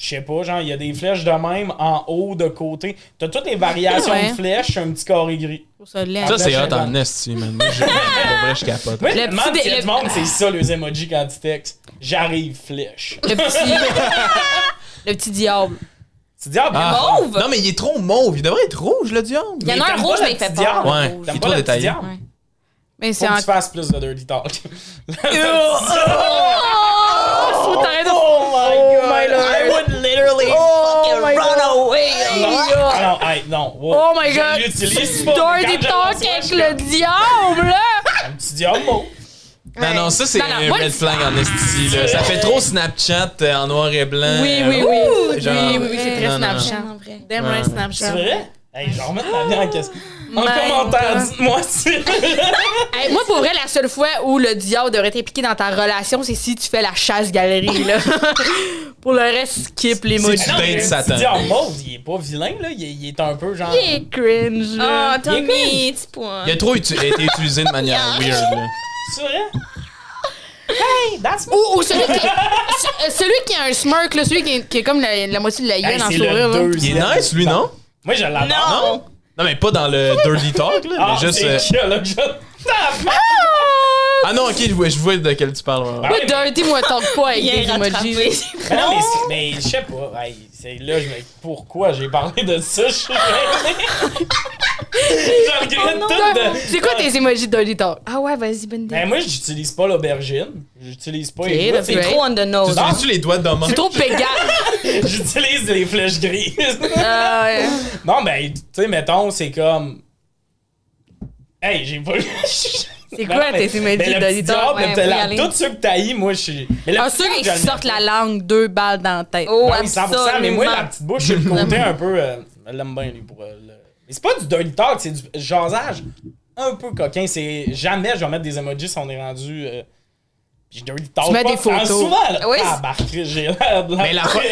Je sais pas, genre, il y a des flèches de même en haut, de côté. T'as toutes les variations Ouais. de flèches sur un petit carré gris. Je trouve ça laid. Ça, Enlever c'est hot en chacun. esti, man. Moi, je- (laughs) Pour vrai, je capote. Moi, je Le me demande petit s'il y a dé- du le- monde, c'est ça, les emojis quand tu textes. J'arrive, flèche. Le petit. le petit diable. Tu dis, ah, ben, Ah. Mauve! Non, mais il est trop mauve. Il devrait être rouge, le diable. Il y en Mais a un t'aimes rouge, pas mais le il fait petit peur. diable? Ouais, il T'aimes est pas trop le petit détaillé. diable? Ouais. Mais Faut c'est que tu encore. fasses plus de dirty talk. (laughs) Faut t'arrêter de- Oh my god! my lord. I would literally Oh! Fucking my run God. Oh, away! Non, ah non, hey, non. wow. Oh my Je god! l'utilise pas, mais quand je Dirty talk le avec reçois, je le diable! fais Un petit diable mot. Non, non, ça, c'est Non, non, un moi, red le- flag en esti, là. Ça fait trop Snapchat euh, en noir et blanc. Oui, Euh, oui, oui. ouh, Oui, genre- oui, oui, c'est Non, très non, non. Snapchat. Vraiment vrai. Damn Ouais. right, C'est Snapchat. vrai? Hey, je remets ma vie en question. En My commentaire, God. dites-moi si. Hey, moi, pour vrai, la seule fois où le diable devrait être impliqué dans ta relation, c'est si tu fais la chasse-galerie, là. (laughs) pour le reste, skip les mots. du Non, mais date le petit Satan. diable mauve, il est pas vilain, là. Il est, il est un peu genre. Il est cringe, Oh, là. Tommy, petit point. Il a trop utu- été utilisé de (laughs) manière weird, là. C'est vrai? Hey, that's my. Ou, ou celui, qui, ce- euh, celui qui a un smirk, là, celui qui, est- qui est comme la, la moitié de la gueule Hey, en c'est sourire, là. le Il deuxième. est nice, lui, non? Moi, je l'adore. Non. Non, mais pas dans le dirty talk, là. Ah, mais juste. euh, c'est qui, là, que je- Ah, Ah non, ok, je vois, je vois de quel tu parles. ouais, ouais. Moi, Dirty, moi, talk pas avec Il est des rattrapé. (laughs) emojis. Mais non, mais, c'est- mais je sais pas. Hey, c'est là, je me pourquoi j'ai parlé de ça, je suis gêné. Je regrette Oh non. tout de. Ah, C'est quoi tes emojis de Dirty Talk? Ah ouais, vas-y, bonne idée. Ben, moi, j'utilise pas l'aubergine. J'utilise pas Ok, ben. les doigts, le c'est vrai. Trop on the Tu nose. utilises-tu les doigts d'homme? C'est trop pégat. J'utilise les flèches grises. (laughs) Ah, non, ben, tu sais, mettons, c'est comme. Hey, j'ai pas. C'est (laughs) quoi tes emojis mais le de petit leader? diable, le Ouais, petit faut y la- aller. Tous ceux que t'haïs, moi, je suis. Mais le Un petit ceux diable, qui je le sortent mets la langue deux balles dans la tête. Oh, Ben oui, 100%, mais moi, la absolument. petite bouche, j'ai le côté un peu. euh, je l'aime bien, lui, pour. euh, le- Mais c'est pas du dirty talk, c'est du jasage un peu coquin. C'est jamais je vais mettre des emojis si on est rendu. euh, Puis je dirty talk. mets pas, des photos. en souvent, là. Oui, Ah, c'est- bah, Chris, j'ai l'air de la. Mais (laughs) la fois-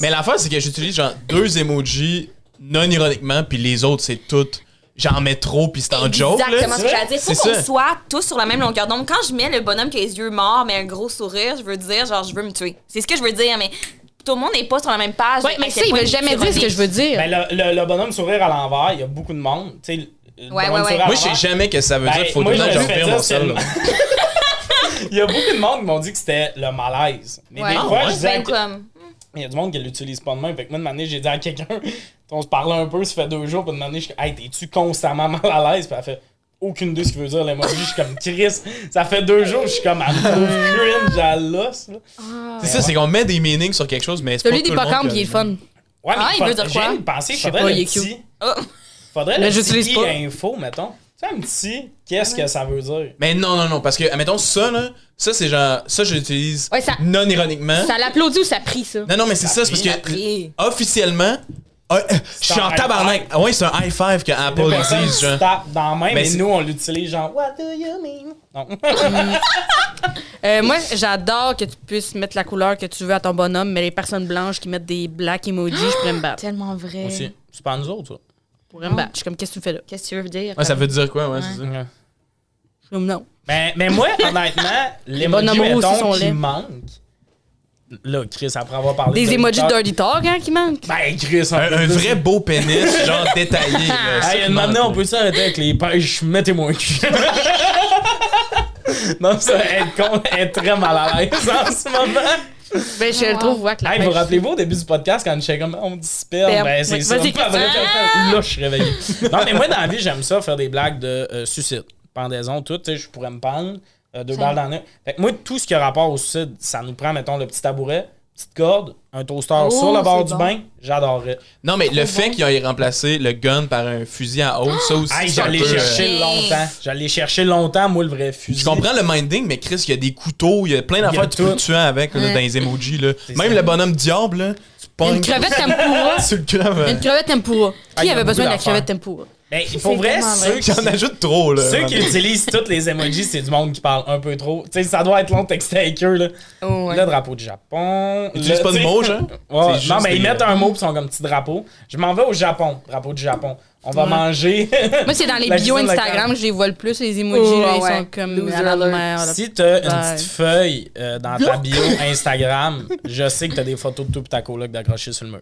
Mais l'affaire, c'est que j'utilise genre deux emojis non ironiquement, puis les autres, c'est tout. J'en mets trop, puis c'est en joke. là. Exactement ce que j'allais dire. C'est Faut qu'on ça. soit tous sur la même longueur d'onde. Quand je mets le bonhomme qui a les yeux morts, mais un gros sourire, je veux dire, genre, je veux me tuer. C'est ce que je veux dire, mais tout le monde n'est pas sur la même page. Ouais, À mais quel ça, il point veut c'est jamais dire ce ironique. que je veux dire. Ben, le, le- le bonhomme sourire à l'envers, il y a beaucoup de monde. Tu sais, le Ouais, bonhomme ouais, sourire ouais. à Moi, je sais l'envers. jamais que ça veut Ben, dire. Faut tout moi, le temps je que je le fais refais dire, mon c'est sel. le- Il y a beaucoup de monde qui m'ont dit que c'était le malaise. Mais Ouais. des Ah, fois, je ouais. disais. à Ben, quel- comme. Il y a du monde qui l'utilise pas de même. Fait que moi, de manière, j'ai dit à quelqu'un, (laughs) on se parlait un peu, ça fait deux jours, puis de manière, je suis comme, hey, t'es-tu constamment mal à l'aise? Puis elle fait, aucune idée ce qu'il veut dire, l'emoji. Je suis comme, Chris, ça fait deux jours, je suis comme, elle me trouve cringe à l'os. là. C'est ça, c'est qu'on met des meanings sur quelque chose, mais c'est pas. Celui des tout le monde pocampes, qui a il est le le fun. Ouais, Ah, il faut- veut dire quoi? J'ai pensé, sais faudrait pas, le il est cute. petit. Oh. Faudrait Mais le j'utilise petit pas. info, mettons. Tu sais, un petit, qu'est-ce que ça veut dire? Mais non, non, non, parce que, admettons, ça, là, ça, c'est genre, ça, je l'utilise Ouais, ça- non ironiquement. Ça l'applaudit ou ça prie, ça? Non, non, mais c'est ça, c'est parce prie, que, officiellement, ah, euh, je suis un en high tabarnak. Ah ouais, c'est un high five que Apple Deux personnes utilise, se genre. tapent dans la main, mais c'est- nous, on l'utilise genre, What do you mean? Non. Euh, moi, j'adore que tu puisses mettre la couleur que tu veux à ton bonhomme, mais les personnes blanches qui mettent des black emojis, je pourrais me battre. Tellement vrai. C'est pas nous autres, Je pourrais me battre. Je suis comme, qu'est-ce que tu fais là? Qu'est-ce que tu veux dire? Ouais, ça veut dire quoi, ouais, c'est ça. ça. Je suis comme, non. Ben, Mais, mais (laughs) moi, honnêtement, les emojis, bonhommes aussi sont mettons, qui laids. manquent. Là, Chris, après avoir parlé Des de emojis Dirty de Talk- dirty talk, hein, qui manquent? Ben, Chris, on Un, peut un dire- vrai (laughs) beau pénis, genre détaillé. là, ça Hey, qui maintenant, manque, on là. peut s'arrêter avec les pêches. Mettez-moi un (laughs) cul. non, ça, elle est con- elle est très mal à l'aise en ce moment. Ben, Ah, je le trouve, ouais, que la Hey, vous vous pêche- rappelez-vous au début du podcast quand je disais comme on dit sperme, Sperme. ben c'est Oui, (laughs) ça. vas-y, Ah! Pas vrai, Christian. Là, je suis réveillé. non, mais moi, dans la vie, j'aime ça, faire des blagues de euh, suicide. Pendaison, tout, tu sais, je pourrais me pendre, euh, deux balles dans le. Fait que moi, tout ce qui a rapport au suicide, ça nous prend, mettons, le petit tabouret, petite corde, un toaster Oh, sur le bord c'est du bon. bain, j'adorerais. Non, mais le fait qu'ils aient remplacé le gun par un fusil à eau, ça aussi, Hey, c'est un j'allais peu, euh, chercher euh, longtemps. J'allais chercher longtemps, moi, le vrai fusil. Je comprends le minding, mais Chris, il y a des couteaux, il y a plein Il y a d'affaires que tu tout. peux tuer avec là, Ouais. dans les emojis. Là. C'est Même ça. le bonhomme diable, là, tu pognes Une crevette tempura. (laughs) sur le euh, cul avant. Une crevette tempura. Ah, y Qui a avait beaucoup besoin de la d'affaires. crevette tempura? Ben, pour vrai, tellement ceux vrai. qui, J'en ajoute trop. Là, ceux qui vraiment. utilisent toutes les emojis, c'est du monde qui parle un peu trop. Tu sais, ça doit être long de texter avec eux, là. Oh, ouais. Le drapeau du Japon. Ils utilisent le- pas de tu sais- mots, genre. Ouais, C'est non, juste mais ils des- euh, mettent un mot pis sont comme petit drapeau. Je m'en vais au Japon, drapeau du Japon. On va manger. Moi, c'est dans les La bios cuisine Instagram, locale. je les vois le plus, les emojis, Oh, là, ils ouais. sont comme Loser à la alert. merde. (laughs) si t'as une Ouais. petite feuille euh, dans ta bio Instagram, je sais que t'as des photos de tout pis ta coloc d'accrocher sur le mur.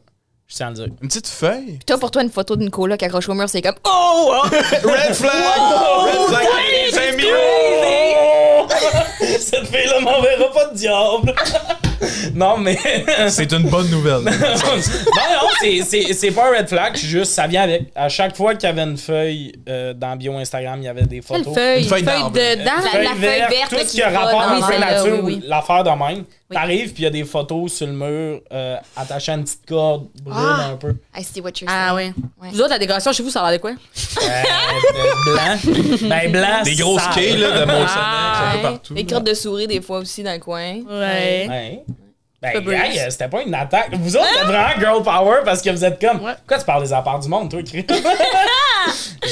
Je tiens à le dire. Une petite feuille. Toi, pour toi, une photo d'une cola qui accroche au mur, c'est comme Oh! Red flag! Oh, Red flag! C'est mieux! (laughs) Cette fille-là m'enverra pas de diable. non, mais. C'est une bonne nouvelle. non, non, c'est- c'est c'est pas un red flag, c'est juste ça vient avec. À chaque fois qu'il y avait une feuille euh, dans bio Instagram, il y avait des Quelle photos. feuille? Une feuille d'arbre. de dent? La- la feuille verte tout ce qui qui a vole rapport dans avec l'enfer, la là, nature, oui, oui. ou l'affaire de même. T'arrives, puis il y a des photos sur le mur euh, attachées à une petite corde brune Ah. un peu. I see what you're Ah saying. ouais. Ouais. Vous autres, la décoration chez vous, ça a l'air de quoi? Euh, (laughs) de blanc. Ben, blanc. Des grosses sale. quilles là, de Ah, mon un peu Ouais. partout. Des crottes de souris, des fois aussi, dans le coin. Ouais. Ouais. Pas Ben, brûlé. hey, euh, c'était pas une attaque. Vous Ah! autres, c'est vraiment girl power parce que vous êtes comme. Ouais. Pourquoi tu parles des apparts du monde, toi, (laughs) Chris?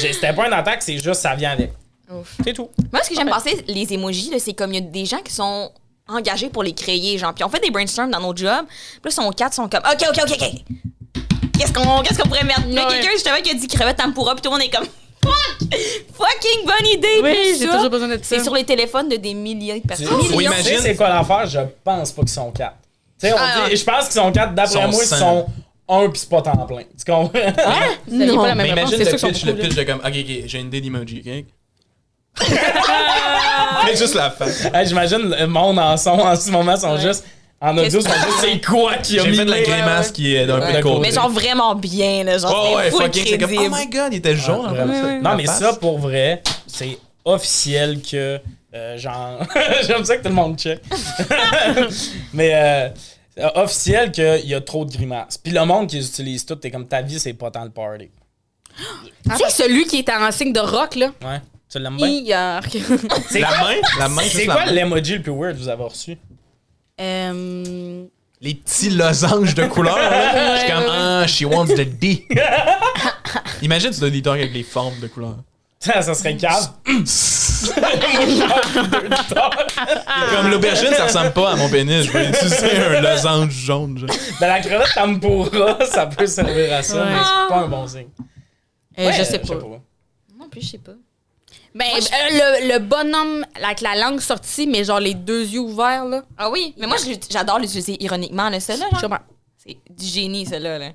J'ai- c'était pas une attaque, c'est juste ça vient avec. Ouf. (laughs) C'est tout. Moi, Ce que j'aime passer, les émojis, là, c'est comme il y a des gens qui sont engagés pour les créer, genre. Puis on fait des brainstorms dans nos jobs. Puis là, ils sont quatre, ils sont comme, OK, OK, OK, OK. Qu'est-ce qu'on qu'est-ce qu'on pourrait mettre? Puis là, Ouais. quelqu'un, justement, qui a dit crevette tempura, puis tout le monde est comme, fuck! Fucking bonne idée! Puis Oui, j'ai ça, toujours besoin de ça. C'est sur les téléphones de des milliers de personnes. Tu- Oui, Tu sais, imagine. c'est quoi l'affaire? Je pense pas qu'ils sont quatre. Tu sais, on Ah, dit- je pense qu'ils sont quatre. D'après Ils sont moi, ils cent. sont un pis c'est pas temps plein. Tu comprends? Hein? (laughs) Vous aviez Non. pas la même Mais réponse, imagine c'est le sûr qu'ils pitch, sont le beaucoup, là. pitch de comme, ok, ok, j'ai une idée d'emoji, ok? (laughs) Fais juste la face. Hey, J'imagine le monde en son en ce moment sont juste. En audio, sont juste c'est quoi qui a J'ai mis fait de la là? grimace qui est d'un peu de Ouais. côté. Mais genre vraiment bien, là. Genre, Oh c'est ouais, full fucking, c'est comme, oh crédible. my god, il était jaune. en Vraiment. plus. Non, La mais face. ça, pour vrai, c'est officiel que. euh, genre. (laughs) J'aime ça que tout le monde check. (laughs) mais. euh, euh, officiel qu'il y a trop de grimaces. Puis le monde qui les utilise toutes, t'es comme ta vie, c'est pas tant le party. Tu sais, celui qui est en signe de rock, là. Ouais. Tu l'aimes bien? Hier. C'est La quoi- main, la main, C'est juste quoi la main. l'emoji le plus weird que vous avez reçu? (laughs) Euh, Les petits losanges de couleur. (laughs) là. Je suis comme, ah, she wants the D. Imagine, tu dois des avec les formes (laughs) de couleur. Ça, ça serait calme. (laughs) Comme l'aubergine, ça ressemble pas à mon pénis. Je (laughs) vais utiliser un losange jaune. genre. Ben, la crevette tempura, (laughs) ça peut servir à ça, Ouais. mais c'est pas un bon signe. euh, Ouais, je sais pas. Non plus, je sais pas. Ben, euh, le, le bonhomme avec la langue sortie, mais genre les deux yeux ouverts, là. Ah oui, mais moi, je l'ut- j'adore l'utiliser ironiquement, là, celle-là. Je genre. sais pas. C'est du génie, celle-là, là.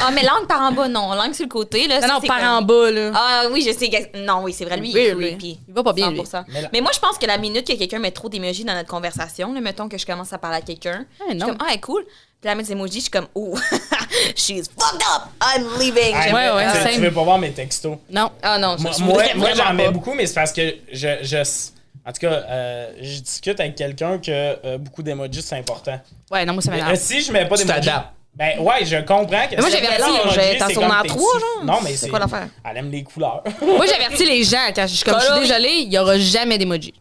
Ah, mais langue par en bas, non. Langue sur le côté, là. Non, ça, non, c'est par comme- en bas, là. Ah oui, je sais. que- Non, oui, c'est vrai, lui, il est Oui, oui. creepy. Il va pas bien, lui. 100%. Mais la- Mais moi, je pense que la minute que quelqu'un met trop d'émojis dans notre conversation, là, mettons que je commence à parler à quelqu'un, Ah, je suis non. comme, ah, elle est cool. Puis la mettre des emojis, je suis comme, oh, (laughs) she's fucked up, I'm leaving. Hey, mais ouais, tu- same. Tu veux pas voir mes textos? Non. Ah non, je, Moi, je moi, voudrais moi, vraiment j'en mets pas. beaucoup, mais c'est parce que je, je- En tout cas, euh, je discute avec quelqu'un que euh, beaucoup d'emojis, c'est important. Ouais, non, moi, ça Euh, m'énerve. si je mets pas Tu d'emojis. t'adaptes. Ben ouais, je comprends que. Mais moi, si je mets j'avertis, pas d'emojis, j'ai- t'en c'est sont comme dans t'es trois, si- genre. Non, mais C'est quoi l'affaire? Elle aime les couleurs. Moi, j'avertis les gens quand je suis comme, je suis Coloris. désolée, il y aura jamais d'emoji.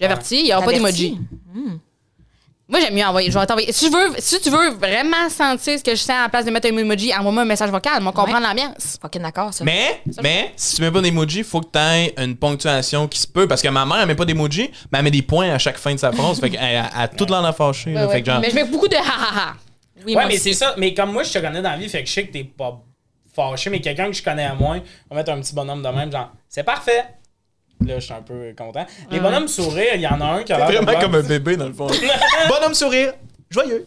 J'avertis, il n'y aura pas T'avertis. d'emoji. Moi, j'aime mieux envoyer. Je vais t'envoyer. Si, tu veux, si tu veux vraiment sentir ce que je sens, à la place de mettre un emoji, envoie-moi un message vocal. On va comprendre l'ambiance. Fucking d'accord, ça. Mais, mais, si tu mets pas d'emoji, faut que t'aies une ponctuation qui se peut. Parce que ma mère, elle met pas d'emoji, mais elle met des points à chaque fin de sa phrase. Fait qu'elle elle a toute l'en a fâché. là. Fait que genre, Mais je mets beaucoup de ha ha ha. Oui, ouais, moi mais aussi. c'est ça. Mais comme moi, je te connais dans la vie, fait que je sais que t'es pas fâché, mais quelqu'un que je connais à moins, on va mettre un petit bonhomme de même, genre, c'est parfait. Là, je suis un peu content. Les bonhommes sourires, il y en a un qui a l'air. de vraiment voir- comme un bébé, dans (laughs) le fond. Bonhomme sourire, joyeux.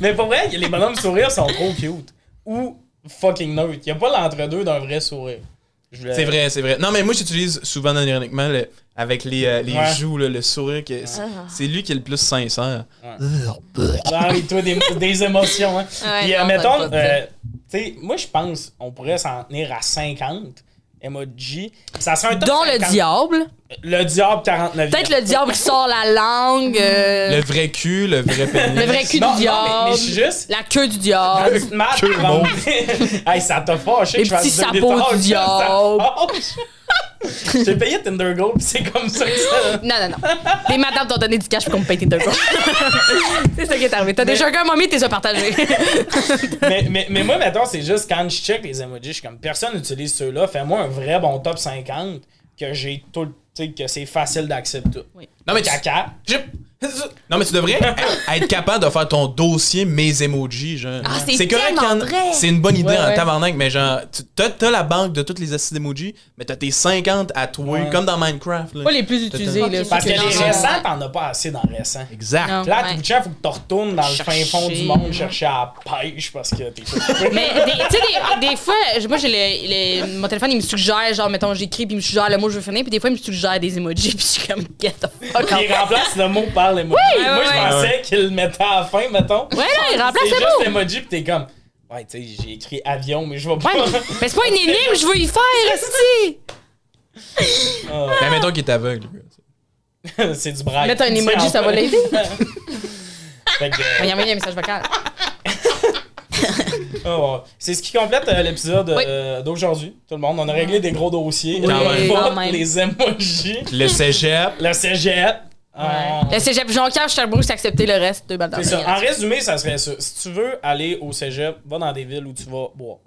Mais pour vrai, les bonhommes sourires sont trop cute. Ou fucking neutre. Il a pas l'entre-deux d'un vrai sourire. Je voulais- C'est vrai, c'est vrai. Non, mais moi, j'utilise souvent, non ironiquement, le- avec les, euh, les Ouais. joues, là, le sourire. que- c'est- Ah. C'est lui qui est le plus sincère. Ah oui, toi, des, des émotions. Hein. Ouais, Puis, euh, non, pas mettons, de- pas de- euh, tu sais, moi, je pense on pourrait s'en tenir à 50. emoji. Ça serait un top Dont le 50. diable. Le diable 49. Peut-être le diable qui sort la langue. euh, Le vrai cul, le vrai pénis. le vrai cul Non, non, du mais- diable. mais je suis juste- La queue du diable. Petite mat Que avant- (laughs) hey, ça t'a fâché Les que je fasse petits deux sabots détails, du ça, ça diable. fâche. J'ai payé Tinder Gold, pis c'est comme ça que ça. Non, non, non. Des madames t'ont donné du cash pour qu'on me paye tes deux gars. (laughs) C'est ça qui est arrivé. T'as déjà un mommy, t'es déjà partagé. mais, mais, mais moi, maintenant, c'est juste quand je check les emojis, je suis comme personne n'utilise ceux-là. Fais-moi un vrai bon top 50 que j'ai tout le. tu sais, que c'est facile d'accepter. Non, mais tu- Caca. J'ai- Non, mais (laughs) tu devrais être capable de faire ton dossier mes emojis, genre. Ah, c'est correct tellement qu'il y en- vrai. C'est une bonne idée Ouais, en ouais. tabarnak, mais genre, tu- t'as, t'as la banque de toutes les assises d'emojis, mais t'as tes 50 à toi, Ouais. comme dans Minecraft. Là. Pas les plus utilisés, là. Parce que ceux les que j'ai. récents, t'en as pas assez dans les récents. Exact. Non. Là, Ouais. tout le temps, faut que tu retournes dans le fin Chercher. fond du monde chercher à la pêche parce que t'es tout Mais des- tu sais, des, des fois, je- moi, j'ai le, le- mon téléphone, il me suggère, genre, mettons, j'écris, puis il me suggère le mot que je veux finir, puis des fois, il me suggère des emojis, (laughs) puis je suis comme, get the fuck Puis il out. remplace le mot par l'emoji. Oui! Moi, je Ouais, pensais qu'il le mettait à la fin, mettons. Ouais, là, il remplace C'est le juste mot. l'emoji, pis t'es comme. Ouais, tu sais, j'ai écrit avion, mais je vois pas. Ouais, mais, (laughs) mais c'est pas une énigme, je veux y faire, esti. Mais Ben, mettons qu'il est aveugle. le gars. Ah, c'est du braille. Mettre un emoji, ça va l'aider. (laughs) Fait que, Il euh, y a envoyé un message vocal. oh, ouais. C'est ce qui complète euh, l'épisode Oui. euh, d'aujourd'hui, tout le monde. On a réglé des gros dossiers. Quand même. Les votes, Quand même. Les emojis, Le cégep. le cégep. Euh, Le cégep Jonquière, Sherbrooke, c'est accepté le reste de c'est ça. En résumé, ça serait ça. Si tu veux aller au cégep, va dans des villes où tu vas boire.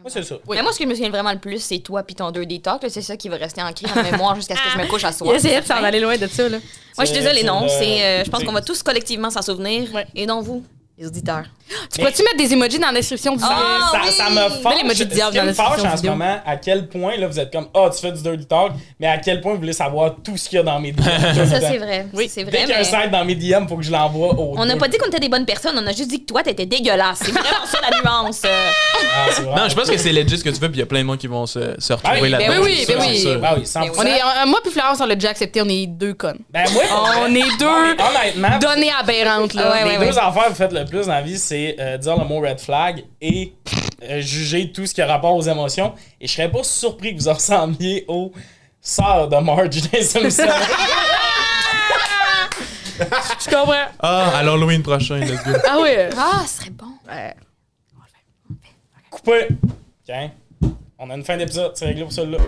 Moi, c'est ça. Mais moi, ce que je me souviens vraiment le plus, c'est toi puis ton deux détox. là. C'est ça qui va rester ancré dans ma mémoire jusqu'à ce que je me couche à Il soir. essayait de s'en aller loin de ça, là. Moi, je suis désolée, C'est- non. c'est le- C'est, euh, je pense c'est- qu'on va tous collectivement s'en souvenir. Ouais. Et non vous, les auditeurs. Tu pourrais-tu mettre des emojis dans la description du Ah! ça, oui! ça me fâche. Mets l'emoji de diable Ce qui dans me la fâche description en ce vidéo. moment, à quel point là, vous êtes comme Ah, tu fais du dirty talk, mais à quel point vous voulez savoir tout ce qu'il y a dans mes DM. Ça, c'est vrai. Oui. c'est Dès vrai. qu'il y a un mais site dans mes DM, faut que je l'envoie au. On n'a deux. pas dit qu'on était des bonnes personnes, on a juste dit que toi, t'étais dégueulasse. C'est vraiment ça la nuance. euh. Ah, c'est vrai. Non, je pense que c'est legit ce que tu veux, puis il y a plein de monde qui vont se, se retrouver Ben oui, là-dedans. ben oui, c'est ben sûr, oui. c'est sûr. Ben oui, 100%. On est, euh, moi puis Florence, on l'a déjà accepté, on est deux connes. Ben moi, pour vrai, On est deux mais honnêtement, données aberrantes, là. les deux affaires que vous faites le plus dans la vie, c'est euh, dire le mot red flag et euh, juger tout ce qui a rapport aux émotions. Et je serais pas surpris que vous en ressembliez aux sœurs de Marge des Simpsons. Je comprends. Ah, à l'Halloween prochain, let's go. Ah oui. euh, Ah, ce serait bon. ouais. Coupé! Tiens, on a une fin d'épisode, c'est réglé pour celle-là.